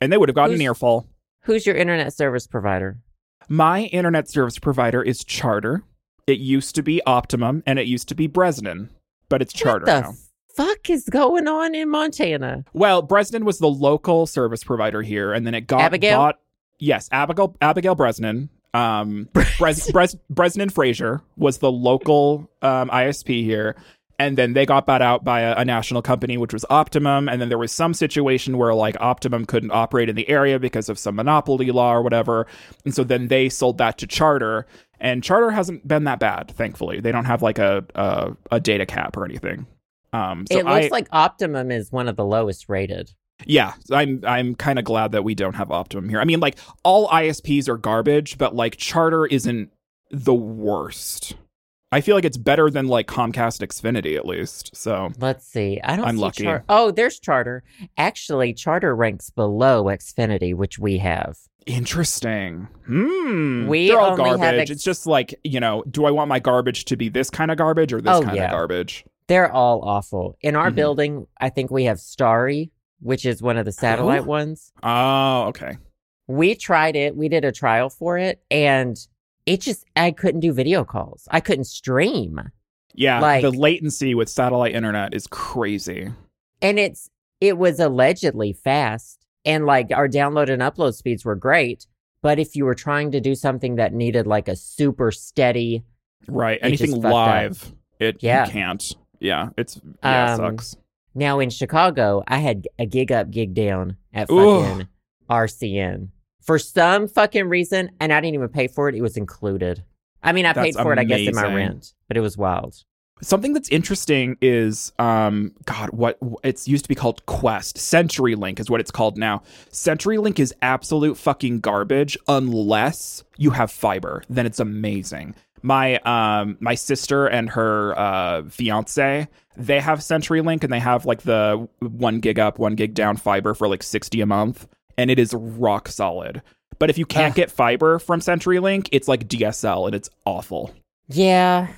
and they would have gotten an
Who's-
earful
Who's your internet service provider?
my internet service provider is charter it used to be optimum and it used to be bresnan but it's charter
what the
now
fuck is going on in Montana?
well bresnan was the local service provider here and then it got
Abigail?
bought yes abigail abigail bresnan um Bres- Bres- Bresnan Fraser was the local um, ISP here, and then they got bought out by a, a national company, which was Optimum. And then there was some situation where like Optimum couldn't operate in the area because of some monopoly law or whatever, and so then they sold that to Charter. And Charter hasn't been that bad, thankfully. They don't have like a a, a data cap or anything. Um, so
it looks
I,
like Optimum is one of the lowest rated.
yeah, I'm I'm kind of glad that we don't have Optimum here. I mean, like all ISPs are garbage, but like Charter isn't the worst. I feel like it's better than like Comcast Xfinity at least. So
Let's see. I don't.
I'm
see
lucky.
Char- oh, there's Charter. Actually, Charter ranks below Xfinity, which we have.
interesting. Hmm.
We
They're all
only have
garbage.
ex-
It's just like you know, do I want my garbage to be this kind of garbage or this
Oh,
kind
yeah.
of garbage?
They're all awful. In our
Mhm.
building, I think we have Starry, which is one of the satellite ones.
Oh, okay.
we tried it we did a trial for it and it just i couldn't do video calls i couldn't stream
Yeah,
Like-
the latency with satellite internet is crazy.
and it's it was allegedly fast and like our download and upload speeds were great but if you were trying to do something that needed like a super steady
Right.
It just
Anything
fucked up.
live, it you
Yeah.
can't. Yeah, it's yeah, it
Um,
sucks.
now in chicago i had a gig up gig down at
Ooh.
fucking rcn for some fucking reason and i didn't even pay for it it was included i mean i paid
That's
for it i guess in my
amazing.
rent but it was wild
Something that's interesting is, um, God, what it's used to be called Quest. CenturyLink is what it's called now. CenturyLink is absolute fucking garbage unless you have fiber. Then it's amazing. My um, my sister and her uh, fiance, they have CenturyLink and they have like the one gig up, one gig down fiber for like sixty a month, and it is rock solid. But if you can't get fiber from CenturyLink, it's like DSL and it's awful.
Yeah,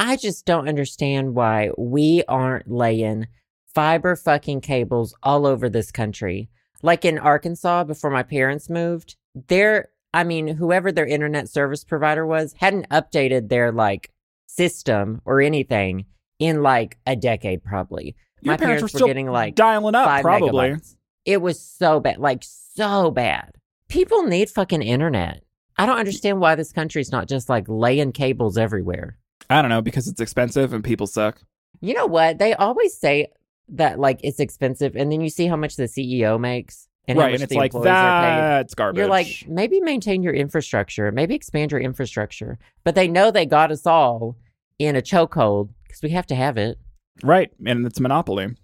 I just don't understand why we aren't laying fiber fucking cables all over this country. Like in Arkansas before my parents moved, their I mean, whoever their internet service provider was hadn't updated their like system or anything in like a decade probably.
Your
my parents,
were
were
still
getting like
dialing up,
five
Oh, probably.
megabytes. It was so bad, like so bad. People need fucking internet. I don't understand why this country's not just like laying cables everywhere.
I don't know because it's expensive and people suck.
You know what? They always say that like it's expensive, and then you see how much the CEO makes and how
right,
much
and it's
the
like
employees are paid.
that's garbage.
You're like, maybe maintain your infrastructure, maybe expand your infrastructure. But they know they got us all in a chokehold because we have to have it.
right, and it's monopoly.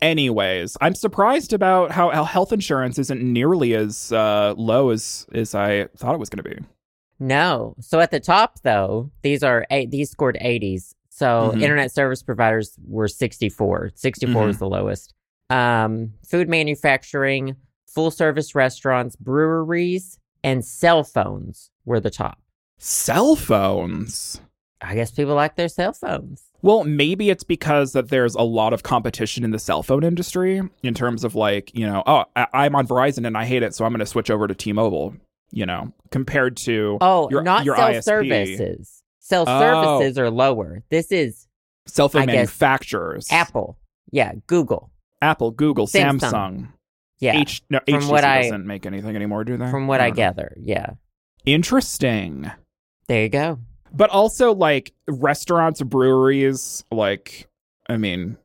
Anyways, I'm surprised about how, how health insurance isn't nearly as uh, low as as I thought it was going to be.
No. So at the top though, these are eight, these scored 80s. So
Mhm.
internet service providers were 64. 64
Mm-hmm.
was the lowest. Um, food manufacturing, full service restaurants, breweries, and cell phones were the top.
Cell phones.
I guess people like their cell phones.
Well, maybe it's because that there's a lot of competition in the cell phone industry in terms of like, you know, oh, I- I'm on Verizon and I hate it, so I'm going to switch over to T-Mobile. You know, compared to
Oh,
Your-
not
your
cell
ISP.
services. Cell
Oh.
services are lower. This is
cell phone
I guess
manufacturers,
Apple. Yeah, Google.
Apple, Google,
Samsung.
Samsung.
Yeah.
H no,
From
HTC
what I-
doesn't make anything anymore, do they?
from what I
don't know.
gather. Yeah.
Interesting.
There you go.
But also like restaurants, breweries, like I mean,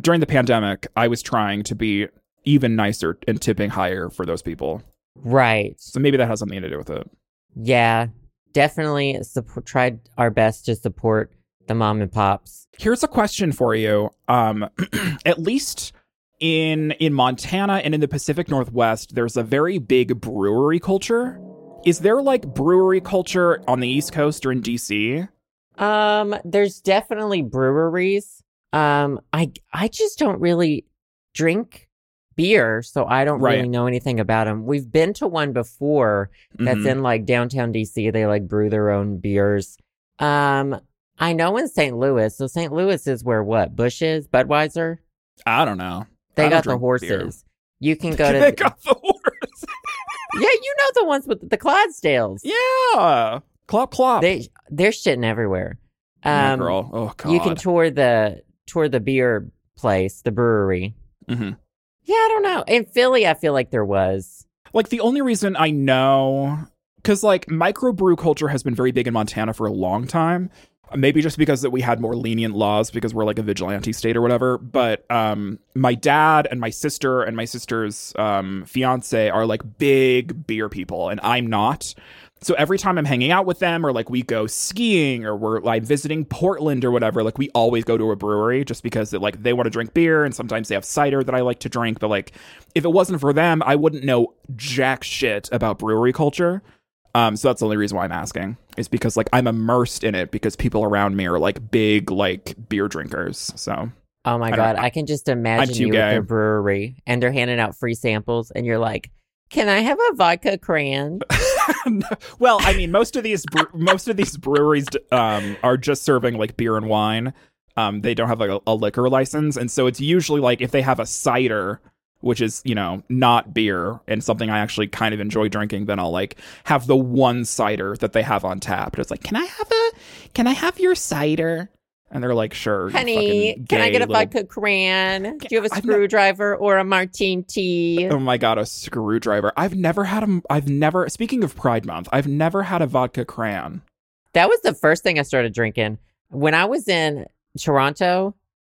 during the pandemic, I was trying to be even nicer and tipping higher for those people.
Right.
So maybe that has something to do with it.
Yeah. Definitely support, tried our best to support the mom and pops.
Here's a question for you. Um, at least in in Montana and in the Pacific Northwest, there's a very big brewery culture. Is there like brewery culture on the East Coast or in DC?
Um, there's definitely breweries. Um, I I just don't really drink beer, so I don't
Right.
really know anything about them. We've been to one before that's
Mhm.
in like downtown DC. They like brew their own beers. Um, I know in St. Louis. So St. Louis is where what Bush is, Budweiser.
I don't know. I
They
don't
got the
drink
horses.
beer.
You can go to
they got the horse.
yeah, you know the ones with the Clydesdales.
yeah. Clop clop.
They they're shitting everywhere.
Yeah,
Um,
Oh. girl. Oh god.
you can tour the tour the beer place, the brewery.
Mhm.
Yeah, I don't know. In Philly, I feel like there was.
Like the only reason I know cuz like microbrew culture has been very big in Montana for a long time. Maybe just because that we had more lenient laws because we're like a vigilante state or whatever, but um my dad and my sister and my sister's um fiance are like big beer people and I'm not. So every time I'm hanging out with them or like we go skiing or we're like visiting Portland or whatever, like we always go to a brewery just because that like they want to drink beer and sometimes they have cider that I like to drink, but like if it wasn't for them, I wouldn't know jack shit about brewery culture. Um, so that's the only reason why I'm asking is because like I'm immersed in it because people around me are like big like beer drinkers. So
Oh my
I don't-
god, I can just imagine
too
you at
gay.
their brewery, and they're handing out free samples, and you're like, "Can I have a vodka cran?"
well, I mean, most of these bre- most of these breweries um, are just serving like beer and wine. Um, they don't have like a, a liquor license, and so it's usually like if they have a cider, which is you know not beer and something I actually kind of enjoy drinking, then I'll like have the one cider that they have on tap. And it's like, can I have a can I have your cider? And they're like, sure, you
Honey,
fucking
can I
gay
get a
little-
vodka cran? Do you have a
I've not-
screwdriver or a martini tea?
Oh my god, a screwdriver! I've never had a. I've never. Speaking of Pride Month, I've never had a vodka crayon.
That was the first thing I started drinking. When I was in Toronto,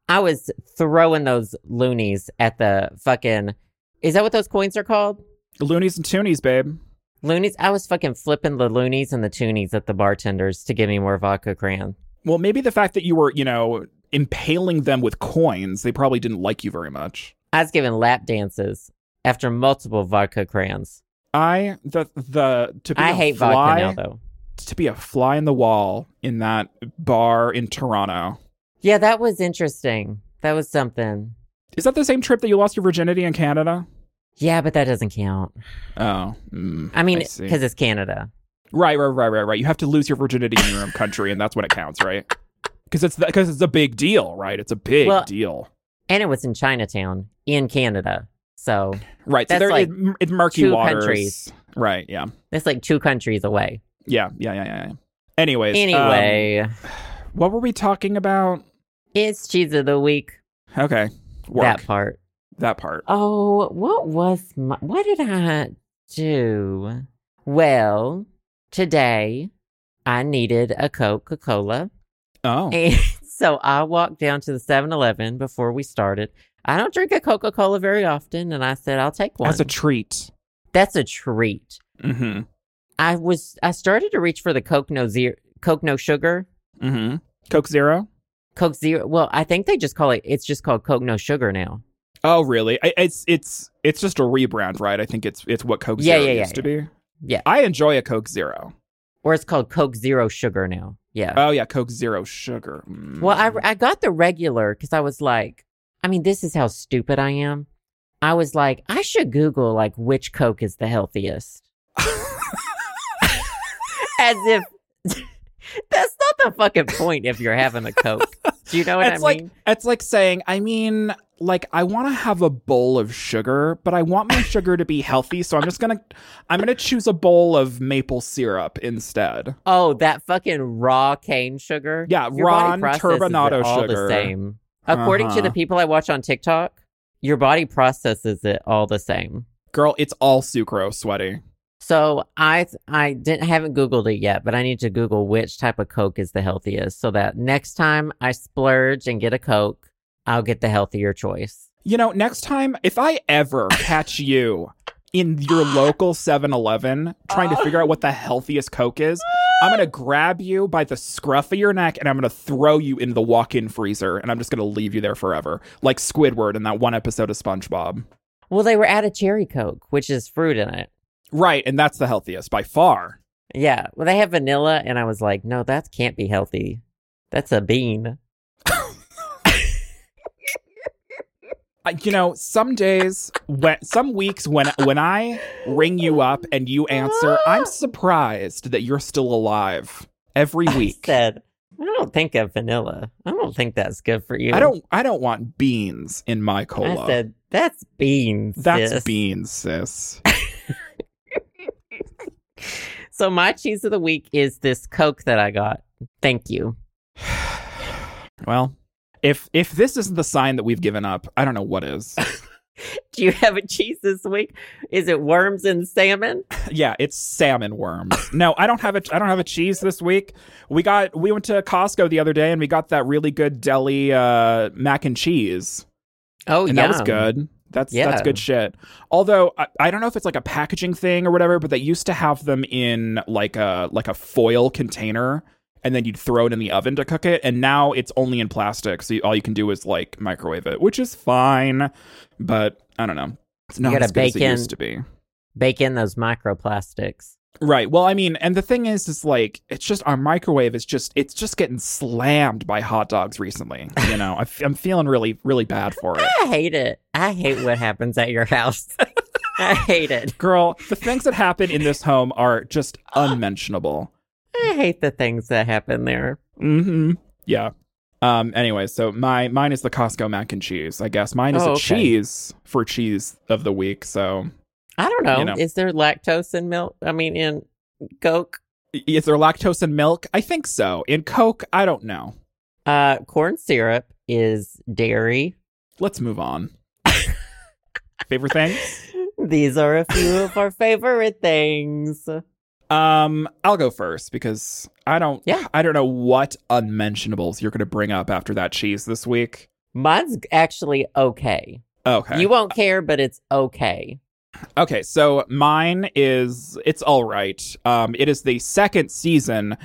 I was throwing those loonies at the fucking. Is that what those coins are called?
Loonies and toonies, babe.
Loonies? I was fucking flipping the loonies and the toonies at the bartenders to give me more vodka crayon.
Well, maybe the fact that you were, you know, impaling them with coins, they probably didn't like you very much.
I was giving lap dances after multiple vodka crayons.
I the the to be
I
a
hate
fly,
vodka now, though.
to be a fly in the wall in that bar in Toronto.
Yeah, that was interesting. That was something.
Is that the same trip that you lost your virginity in Canada?
Yeah, but that doesn't count.
Oh, mm,
I mean,
see.
because it's Canada.
right, right, right, right, right. You have to lose your virginity in your own country, and that's when it counts, right? Because it's because it's a big deal, right? It's a big
Well-
deal,
And it was in Chinatown in Canada. So.
right? so
That's
there,
like
it, it murky
two
waters,
countries.
right? Yeah,
That's like two countries away.
yeah, yeah, yeah, yeah. yeah. Anyways, um,
Anyway,
What were we talking about?
it's cheese of the week.
Okay. Work.
That
That,
part.
part.
Oh, what was my? What did I do? Well, today I needed a Coca Cola,
Oh.
and so I walked down to the 7-Eleven before we started. I don't drink a Coca Cola very often, and I said I'll take one.
As a treat.
That's a treat.
Mm
I was I started to reach for the Coke no zero, Coke no sugar,
hmm. Mm hmm. Coke Zero?
Coke zero. Well, I think they just call it. It's just called Coke no sugar now.
Oh, really? I, it's it's it's just a rebrand, right? I think it's it's what Coke
Yeah,
Zero
yeah, yeah,
used to be.
Yeah.
I enjoy a Coke Zero.
or it's called Coke Zero Sugar now. Yeah.
Oh yeah, Coke Zero sugar. Mm.
well, I I got the regular because I was like, I mean, this is how stupid I am. I was like, I should Google like which Coke is the healthiest, as if that's not the fucking point if you're having a Coke. Do you know what
it's
I
like
mean?
it's like saying, I mean, like I want to have a bowl of sugar, but I want my sugar to be healthy, so I'm just going to I'm going to choose a bowl of maple syrup instead.
Oh, that fucking raw cane sugar.
Yeah,
Your
raw
body processes it
turbinado
all the
sugar.
same. According to
Uh-huh.
the people I watch on TikTok, your body processes it all the same.
Girl, it's all sucrose, sweaty.
So I I didn't haven't googled it yet, but I need to Google which type of Coke is the healthiest, so that next time I splurge and get a Coke, I'll get the healthier choice.
You know, next time, if I ever catch you in your local 7 Eleven trying to figure out what the healthiest Coke is, I'm going to grab you by the scruff of your neck and I'm going to throw you in the walk in freezer and I'm just going to leave you there forever, like Squidward in that one episode of SpongeBob.
Well, they were at a cherry Coke, which is fruit in it.
Right. And that's the healthiest by far.
Yeah, well, they have vanilla, and I was like, no, that can't be healthy. That's a bean.
Uh, you know, some days, when, some weeks when when I ring you up and you answer,
Ah.
I'm surprised that you're still alive every week.
I said, I don't think of vanilla. I don't think that's good for you.
I don't I don't want beans in my
I
cola.
said that's beans.
That's
sis."
beans, sis.
So my cheese of the week is this Coke that I got. Thank you.
Well, if if this isn't the sign that we've given up, I don't know what is.
Do you have a cheese this week? Is it worms and salmon?
yeah, it's salmon worms. No, I don't have a I don't have a cheese this week. We got we went to Costco the other day and we got that really good deli uh, mac and cheese.
Oh,
and
yeah,
that was good. That's that's
Yeah.
good shit. Although I, I don't know if it's like a packaging thing or whatever, but they used to have them in like a like a foil container, and then you'd throw it in the oven to cook it. And now it's only in plastic, so you, all you can do is like microwave it, which is fine. But I don't know. It's not
gotta
as good as it
bake in-
used to be.
Bake in those microplastics.
Right. Well, I mean, and the thing is, is like, it's just our microwave is just, it's just getting slammed by hot dogs recently. You know, I f- I'm feeling really, really bad for it.
I hate it. I hate what happens at your house. I hate it.
Girl, the things that happen in this home are just unmentionable.
I hate the things that happen there.
Mm-hmm. Yeah. Um. Anyway, so my mine is the Costco mac and cheese. I guess mine is
Oh,
a
okay.
cheese for cheese of the week. So
I don't know.
You know.
Is there lactose in milk? I mean, in Coke,
I- is there lactose in milk? I think so. In Coke, I don't know.
uh, corn syrup is dairy.
Let's move on. Favorite thing?
These are a few of our favorite things.
Um, I'll go first because I don't.
Yeah.
I don't know what unmentionables you're going to bring up after that cheese this week.
Mine's actually okay.
Okay.
You won't care, but it's okay.
Okay, so mine is it's all right. Um, it is the second season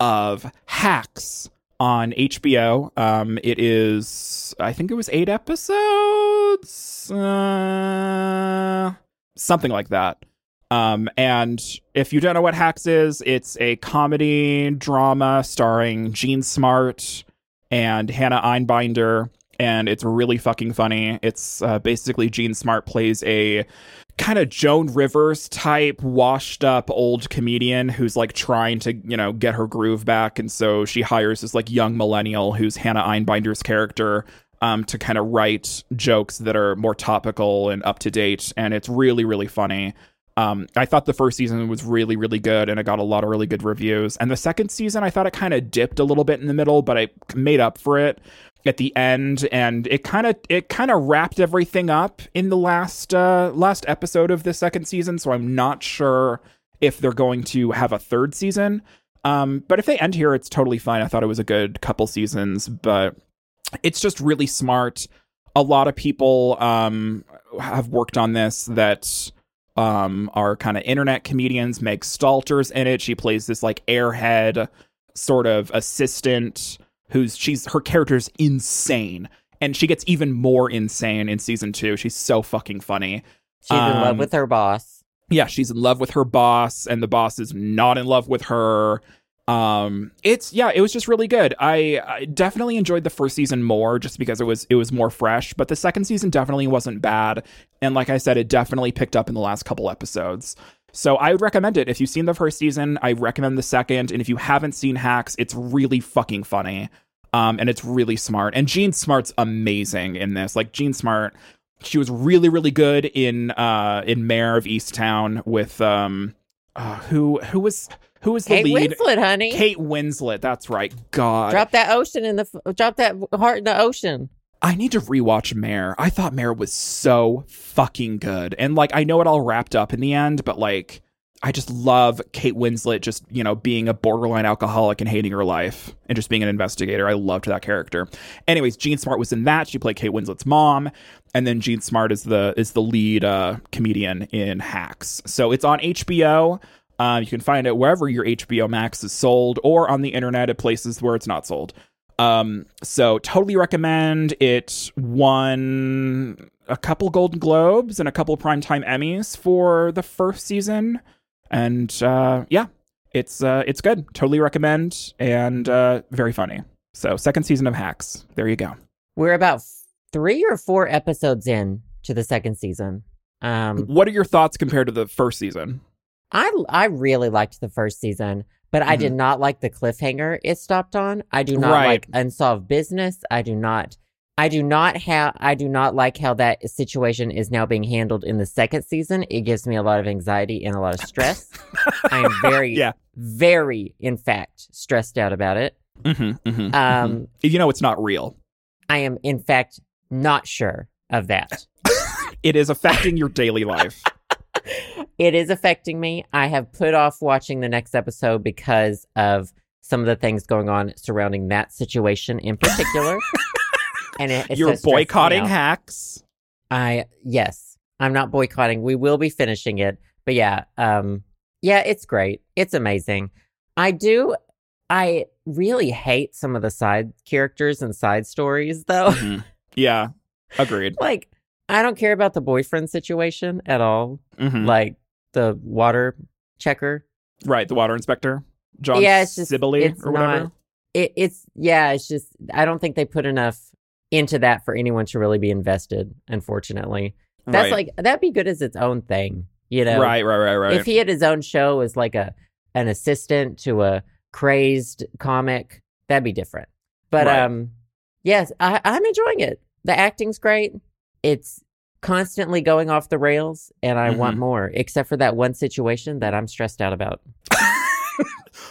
of Hacks on HBO. Um, it is I think it was eight episodes, uh, something like that. Um, and if you don't know what Hacks is, it's a comedy drama starring Gene Smart and Hannah Einbinder. And it's really fucking funny. It's uh, basically Gene Smart plays a kind of Joan Rivers type washed up old comedian who's like trying to, you know, get her groove back. And so she hires this like young millennial who's Hannah Einbinder's character um, to kind of write jokes that are more topical and up to date. And it's really, really funny. Um, I thought the first season was really, really good and it got a lot of really good reviews. And the second season, I thought it kind of dipped a little bit in the middle, but I made up for it at the end and it kind of it kind of wrapped everything up in the last uh last episode of the second season so i'm not sure if they're going to have a third season um but if they end here it's totally fine i thought it was a good couple seasons but it's just really smart a lot of people um have worked on this that um are kind of internet comedians meg stalter's in it she plays this like airhead sort of assistant who's she's her character's insane and she gets even more insane in season two she's so fucking funny
She's in love
Um,
with her boss.
yeah she's in love with her boss and the boss is not in love with her um it's yeah it was just really good I, I definitely enjoyed the first season more just because it was it was more fresh but the second season definitely wasn't bad and like i said it definitely picked up in the last couple episodes so i would recommend it if you've seen the first season i recommend the second and if you haven't seen hacks it's really fucking funny um and it's really smart and gene smart's amazing in this like gene smart she was really really good in uh in mayor of easttown with um uh, who who was who was the
Kate
lead
Winslet, honey.
Kate Winslet, that's right. God.
Drop that ocean in the f- drop that heart in the ocean.
I need to rewatch Mare. I thought Mare was so fucking good. And like I know it all wrapped up in the end, but like I just love Kate Winslet just, you know, being a borderline alcoholic and hating her life and just being an investigator. I loved that character. Anyways, Jean Smart was in that. She played Kate Winslet's mom. And then Jean Smart is the is the lead uh, comedian in Hacks. So it's on HBO. Uh, you can find it wherever your HBO Max is sold or on the internet at places where it's not sold. Um, so totally recommend it. Won a couple Golden Globes and a couple Primetime Emmys for the first season, and uh, yeah, it's uh, it's good. Totally recommend and uh, very funny. So second season of Hacks. There you go.
We're about three or four episodes in to the second season. Um,
What are your thoughts compared to the first season?
I I really liked the first season, but I did not like the cliffhanger it stopped on. I do not
Mm-hmm. Right.
like unsolved business. I do not. I do not have. I do not like how that situation is now being handled in the second season. It gives me a lot of anxiety and a lot of stress. I am very,
Yeah.
very, in fact, stressed out about it.
Mm-hmm,
Um,
You know, it's not real.
I am, in fact, not sure of that.
It is affecting your daily life.
it is affecting me. I have put off watching the next episode because of some of the things going on surrounding that situation in particular. and it, it's
You're
just stressing me
boycotting
out.
Hacks.
I yes, I'm not boycotting. We will be finishing it. But yeah, um yeah, it's great. It's amazing. I do I really hate some of the side characters and side stories though.
Mhm. Yeah, agreed.
like I don't care about the boyfriend situation at all.
Mhm.
Like the water checker
Right, the water inspector, John
Yeah, it's just-
Sibley
it's
or whatever.
not- it, it's yeah it's just i don't think they put enough into that for anyone to really be invested unfortunately that's
right.
like that'd be good as its own thing you know
right, right, right, right.
if he had his own show as like a an assistant to a crazed comic that'd be different but
Right.
um yes I, i'm enjoying it the acting's great it's constantly going off the rails and i
Mm-hmm.
want more except for that one situation that i'm stressed out about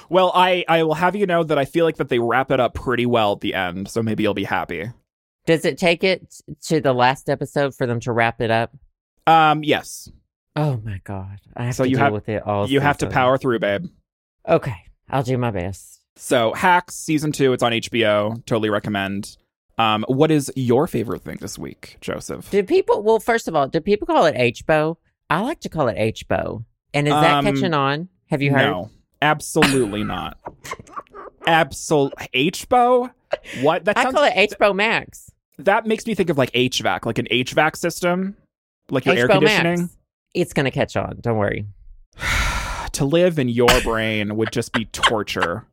well, I I will have you know that I feel like that they wrap it up pretty well at the end, so maybe you'll be happy.
does it take it to the last episode for them to wrap it up
Um, yes,
Oh my god! I have
So
to
you
deal
have-
with it all.
you have to
season.
power through, babe.
Okay, I'll do my best.
So, Hacks season two, it's on HBO. Totally recommend. Um, what is your favorite thing this week, Joseph?
Do people? Well, first of all, do people call it HBO? I like to call it HBO. And is that
Um,
catching on? Have you heard?
No, absolutely not. Absol HBO. What that
I
sounds
call it HBO Max.
that makes me think of like HVAC, like an HVAC system, like your air
HBO
conditioning.
Max. It's gonna catch on. Don't worry.
to live in your brain would just be torture.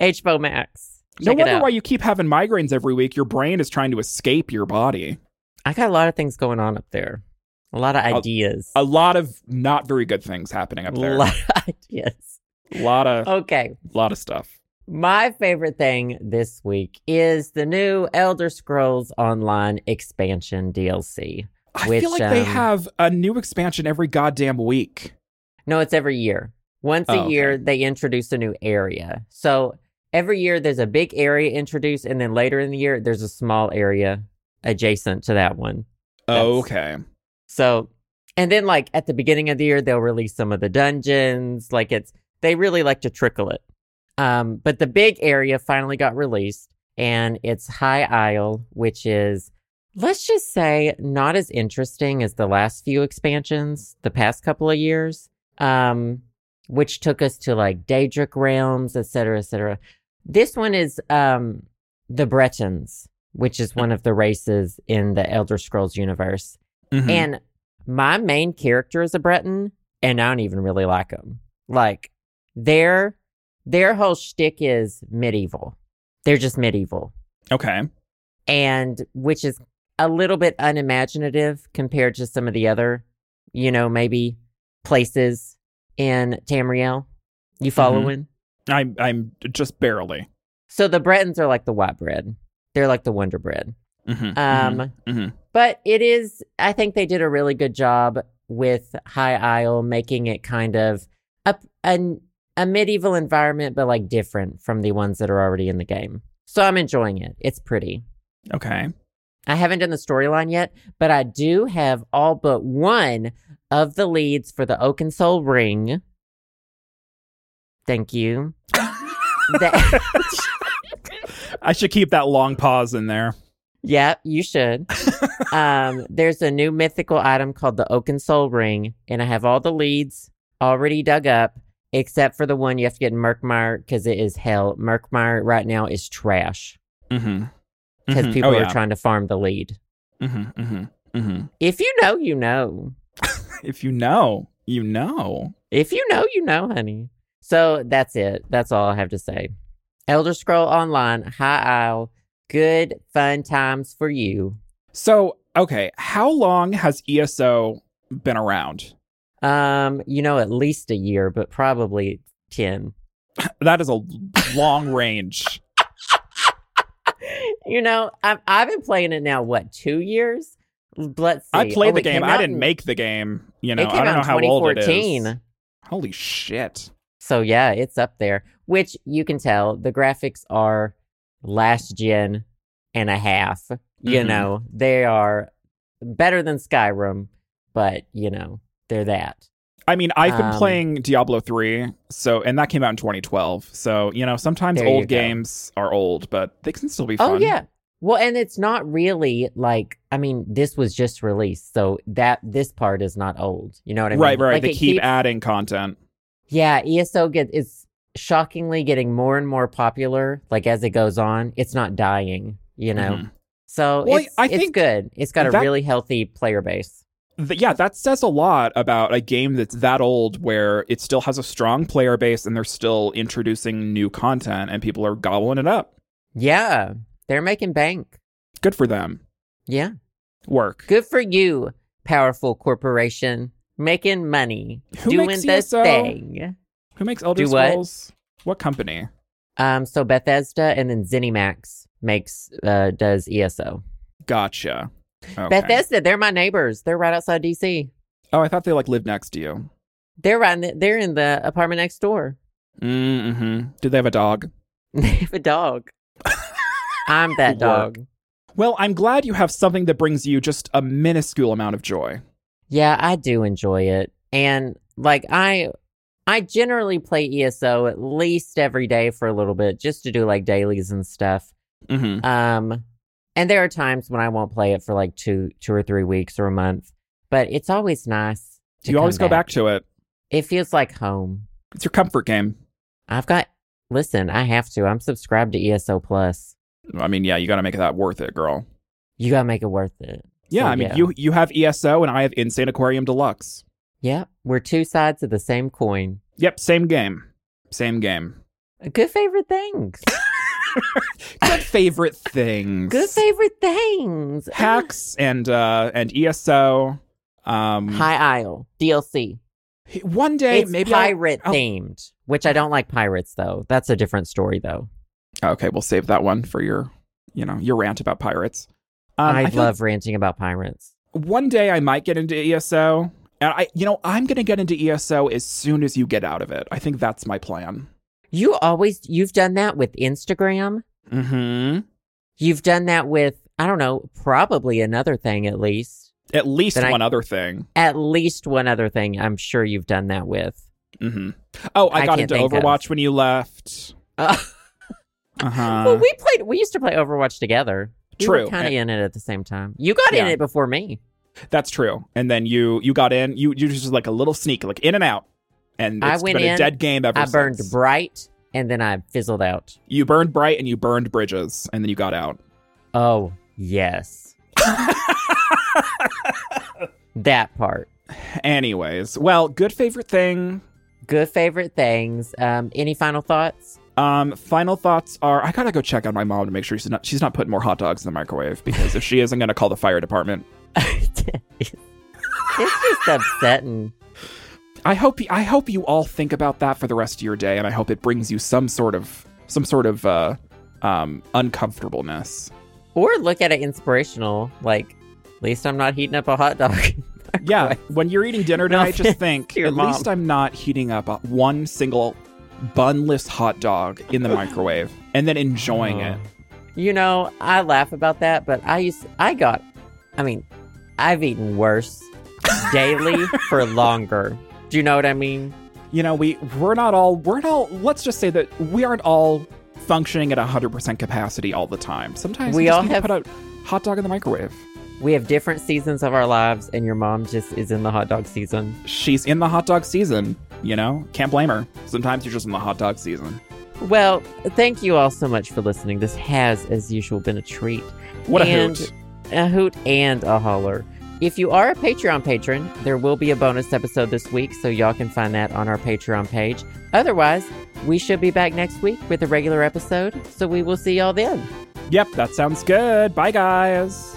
HBO Max.
no
Check it
wonder
out.
why you keep having migraines every week. Your brain is trying to escape your body.
I got a lot of things going on up there. A lot of ideas.
A lot of not very good things happening up there.
lot of ideas.
A lot of
Okay.
lot of stuff.
My favorite thing this week is the new Elder Scrolls Online expansion DLC.
I
Which,
feel like they
um,
have a new expansion every goddamn week.
No, it's every year. Once
Oh,
a
okay.
year, they introduce a new area. So every year, there's a big area introduced, and then later in the year, there's a small area adjacent to that one. That's-
Okay.
So, and then like at the beginning of the year, they'll release some of the dungeons. Like it's, they really like to trickle it. Um, but the big area finally got released and it's High Isle, which is, let's just say, not as interesting as the last few expansions the past couple of years, um, which took us to like Daedric Realms, et cetera, et cetera. This one is um, the Bretons, which is one of the races in the Elder Scrolls universe.
Mhm.
And my main character is a Breton, and I don't even really like them. Like their their whole shtick is medieval. They're just medieval,
okay.
and which is a little bit unimaginative compared to some of the other, you know, maybe places in Tamriel. You following?
I'm I'm just barely.
So the Bretons are like the white bread. They're like the Wonder Bread.
Mhm,
Um,
mhm, mhm.
But it is, I think they did a really good job with High Isle, making it kind of a, a, a medieval environment, but like different from the ones that are already in the game. So I'm enjoying it. It's pretty.
Mm-hmm. Okay.
I haven't done the storyline yet, but I do have all but one of the leads for the Oak and Soul Ring, Thank you. That-
I should keep that long pause in there.
Yep, you should. um, there's a new mythical item called the Oaken Soul Ring, and I have all the leads already dug up, except for the one you have to get in Merkmire because it is hell. Merkmire right now is trash
Mm-hmm. Oh,
because people are trying to farm the lead.
Mm-hmm, mm-hmm, mm-hmm.
If you know, you know.
If you know, you know.
If you know, you know, honey. So that's it. That's all I have to say. Elder Scroll Online, High Isle, good fun times for you.
So, okay, how long has ESO been around?
Um, you know, at least a year, but probably 10.
That is a long range.
You know, I've, I've been playing it now, what, two years? Let's see.
I played
Oh,
the
it came
game. I
out
didn't
in-
make the game. You know,
it came
I don't know
out
how
in
old it
2014.
is. Holy shit.
So, yeah, it's up there, which you can tell the graphics are last gen and a half. You
Mhm.
know, they are better than Skyrim, but, you know, they're that.
I mean, I've been
Um,
playing Diablo 3, so and that came out in 2012. So, you know, sometimes
There you
old
go.
games are old, but they can still be fun.
Oh yeah. Well, and it's not really like I mean, this was just released, so that this part is not old. You know what I mean?
right, right.
Like,
they
it
keep
keeps-
adding content.
yeah, E ESO gets it's shockingly getting more and more popular. Like as it goes on, it's not dying. You know,
Mhm.
so
Well,
it's,
I
it's
think-
good. It's got
in
a
fact-
really healthy player base.
Th- yeah, that says a lot about a game that's that old where it still has a strong player base and they're still introducing new content and people are gobbling it up.
Yeah, they're making bank.
Good for them.
Yeah,
Work.
good for you, powerful corporation, making money,
Who
doing
makes E
the
ESO?
thing.
Who makes Elder
Do what?
Scrolls? What company?
Um, so Bethesda and then ZeniMax makes uh does ESO.
Gotcha. Okay.
Bethesda, they're my neighbors. They're right outside DC.
Oh, I thought they like lived next to you.
They're right. In the, they're in the apartment next door.
Mm-hmm. Did they have a dog?
They have a dog. I'm that
Work.
dog.
Well, I'm glad you have something that brings you just a minuscule amount of joy.
Yeah, I do enjoy it, and like I, I generally play ESO at least every day for a little bit, just to do like dailies and stuff.
Mm-hmm.
Um, and there are times when I won't play it for like two, two or three weeks or a month, but it's always nice. To
You
come
always go back to it.
It feels like home.
It's your comfort game.
I've got. Listen, I have to. I'm subscribed to ESO Plus.
I mean, yeah, you got to make that worth it, girl.
You gotta make it worth it.
Yeah,
So,
I mean,
yeah.
you you have ESO and I have Insane Aquarium Deluxe.
Yeah, we're two sides of the same coin.
Yep, same game. Same game.
Good favorite things.
Good favorite things.
Good favorite things.
Hacks and uh and ESO. Um
High Isle DLC.
one day
it's
maybe I oh.
pirate
I'll-
themed, which I don't like pirates though. That's a different story though.
Okay, we'll save that one for your, you know, your rant about pirates. Um,
I,
feel like
love ranting about pirates.
one day I might get into ESO, and I, you know, I'm gonna get into ESO as soon as you get out of it. I think that's my plan.
You always you've done that with Instagram.
Mm-hmm.
You've done that with I don't know, probably another thing at least.
At least
Then I-
one other thing.
At least one other thing I'm sure you've done that with.
Mm-hmm. Oh, I,
I
got
can't
into
think of.
Overwatch when you left.
Uh,
Uh
well,
huh.
we played. We used to play Overwatch together. we
True.
were kind of in
And-
it at the same time. You got in
Yeah.
it before me.
that's true. And then you you got in. You you just like a little sneak, like in and out. And
I
it's
went
been a
in,
dead game ever
I
since.
burned bright, and then I fizzled out.
you burned bright and you burned bridges, and then you got out.
Oh yes, that part.
Anyways, well, good favorite thing.
Good favorite things. Um, any final thoughts?
Um, final thoughts are I gotta go check on my mom to make sure she's not she's not putting more hot dogs in the microwave because if she is, I'm gonna call the fire department.
it's just upsetting.
I hope I hope you all think about that for the rest of your day, and I hope it brings you some sort of some sort of uh, um, uncomfortableness.
Or look at it inspirational. Like, at least I'm not heating up a hot dog.
Yeah, when you're eating dinner
No
tonight, just
offense
think
to your
at
mom.
least I'm not heating up a, one single bunless hot dog in the microwave and then enjoying it.
You know, I laugh about that, but I used I got I mean, I've eaten worse daily for longer. Do you know what I mean?
you know, we we're not all we're not all, let's just say that we aren't all functioning at 100% capacity all the time. Sometimes
We
we, just
all
need to
have-
put a hot dog in the microwave.
We have different seasons of our lives, and your mom just is in the hot dog season.
She's in the hot dog season, you know? Can't blame her. Sometimes you're just in the hot dog season.
Well, thank you all so much for listening. This has, as usual, been a treat.
What a
And-
hoot.
a hoot and a holler. If you are a Patreon patron, there will be a bonus episode this week, so y'all can find that on our Patreon page. Otherwise, we should be back next week with a regular episode, so we will see y'all then.
Yep, that sounds good. Bye guys.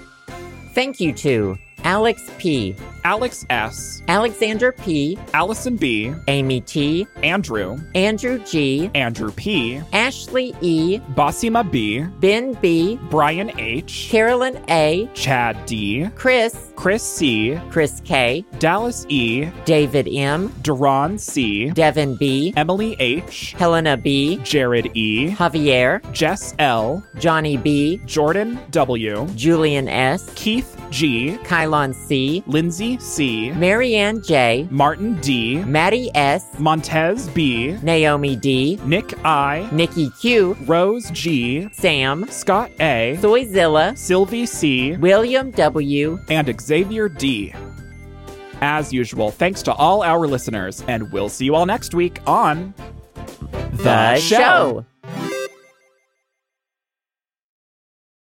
Thank you to Alex P.,
Alex S.,
Alexander P.,
Allison B.,
Amy T.,
Andrew,
Andrew G.,
Andrew P.,
Ashley E.,
Basima B.,
Ben B.,
Brian H.,
Carolyn A.,
Chad D.,
Chris,
Chris C.,
Chris K.,
Dallas E.,
David M.,
Duran C.,
Devin B.,
Emily H.,
Helena B.,
Jared E.,
Javier,
Jess L.,
Johnny B.,
Jordan W.,
Julian S.,
Keith G.,
Kylon C.,
Lindsay C.,
Marianne J.,
Martin D.,
Maddie S.,
Montez B.,
Naomi D.,
Nick I,
Nikki Q,
Rose G,
Sam,
Scott A,
Soyzilla,
Sylvie C,
William W.
and Xavier D. As usual, thanks to all our listeners, and we'll see you all next week on
The Show.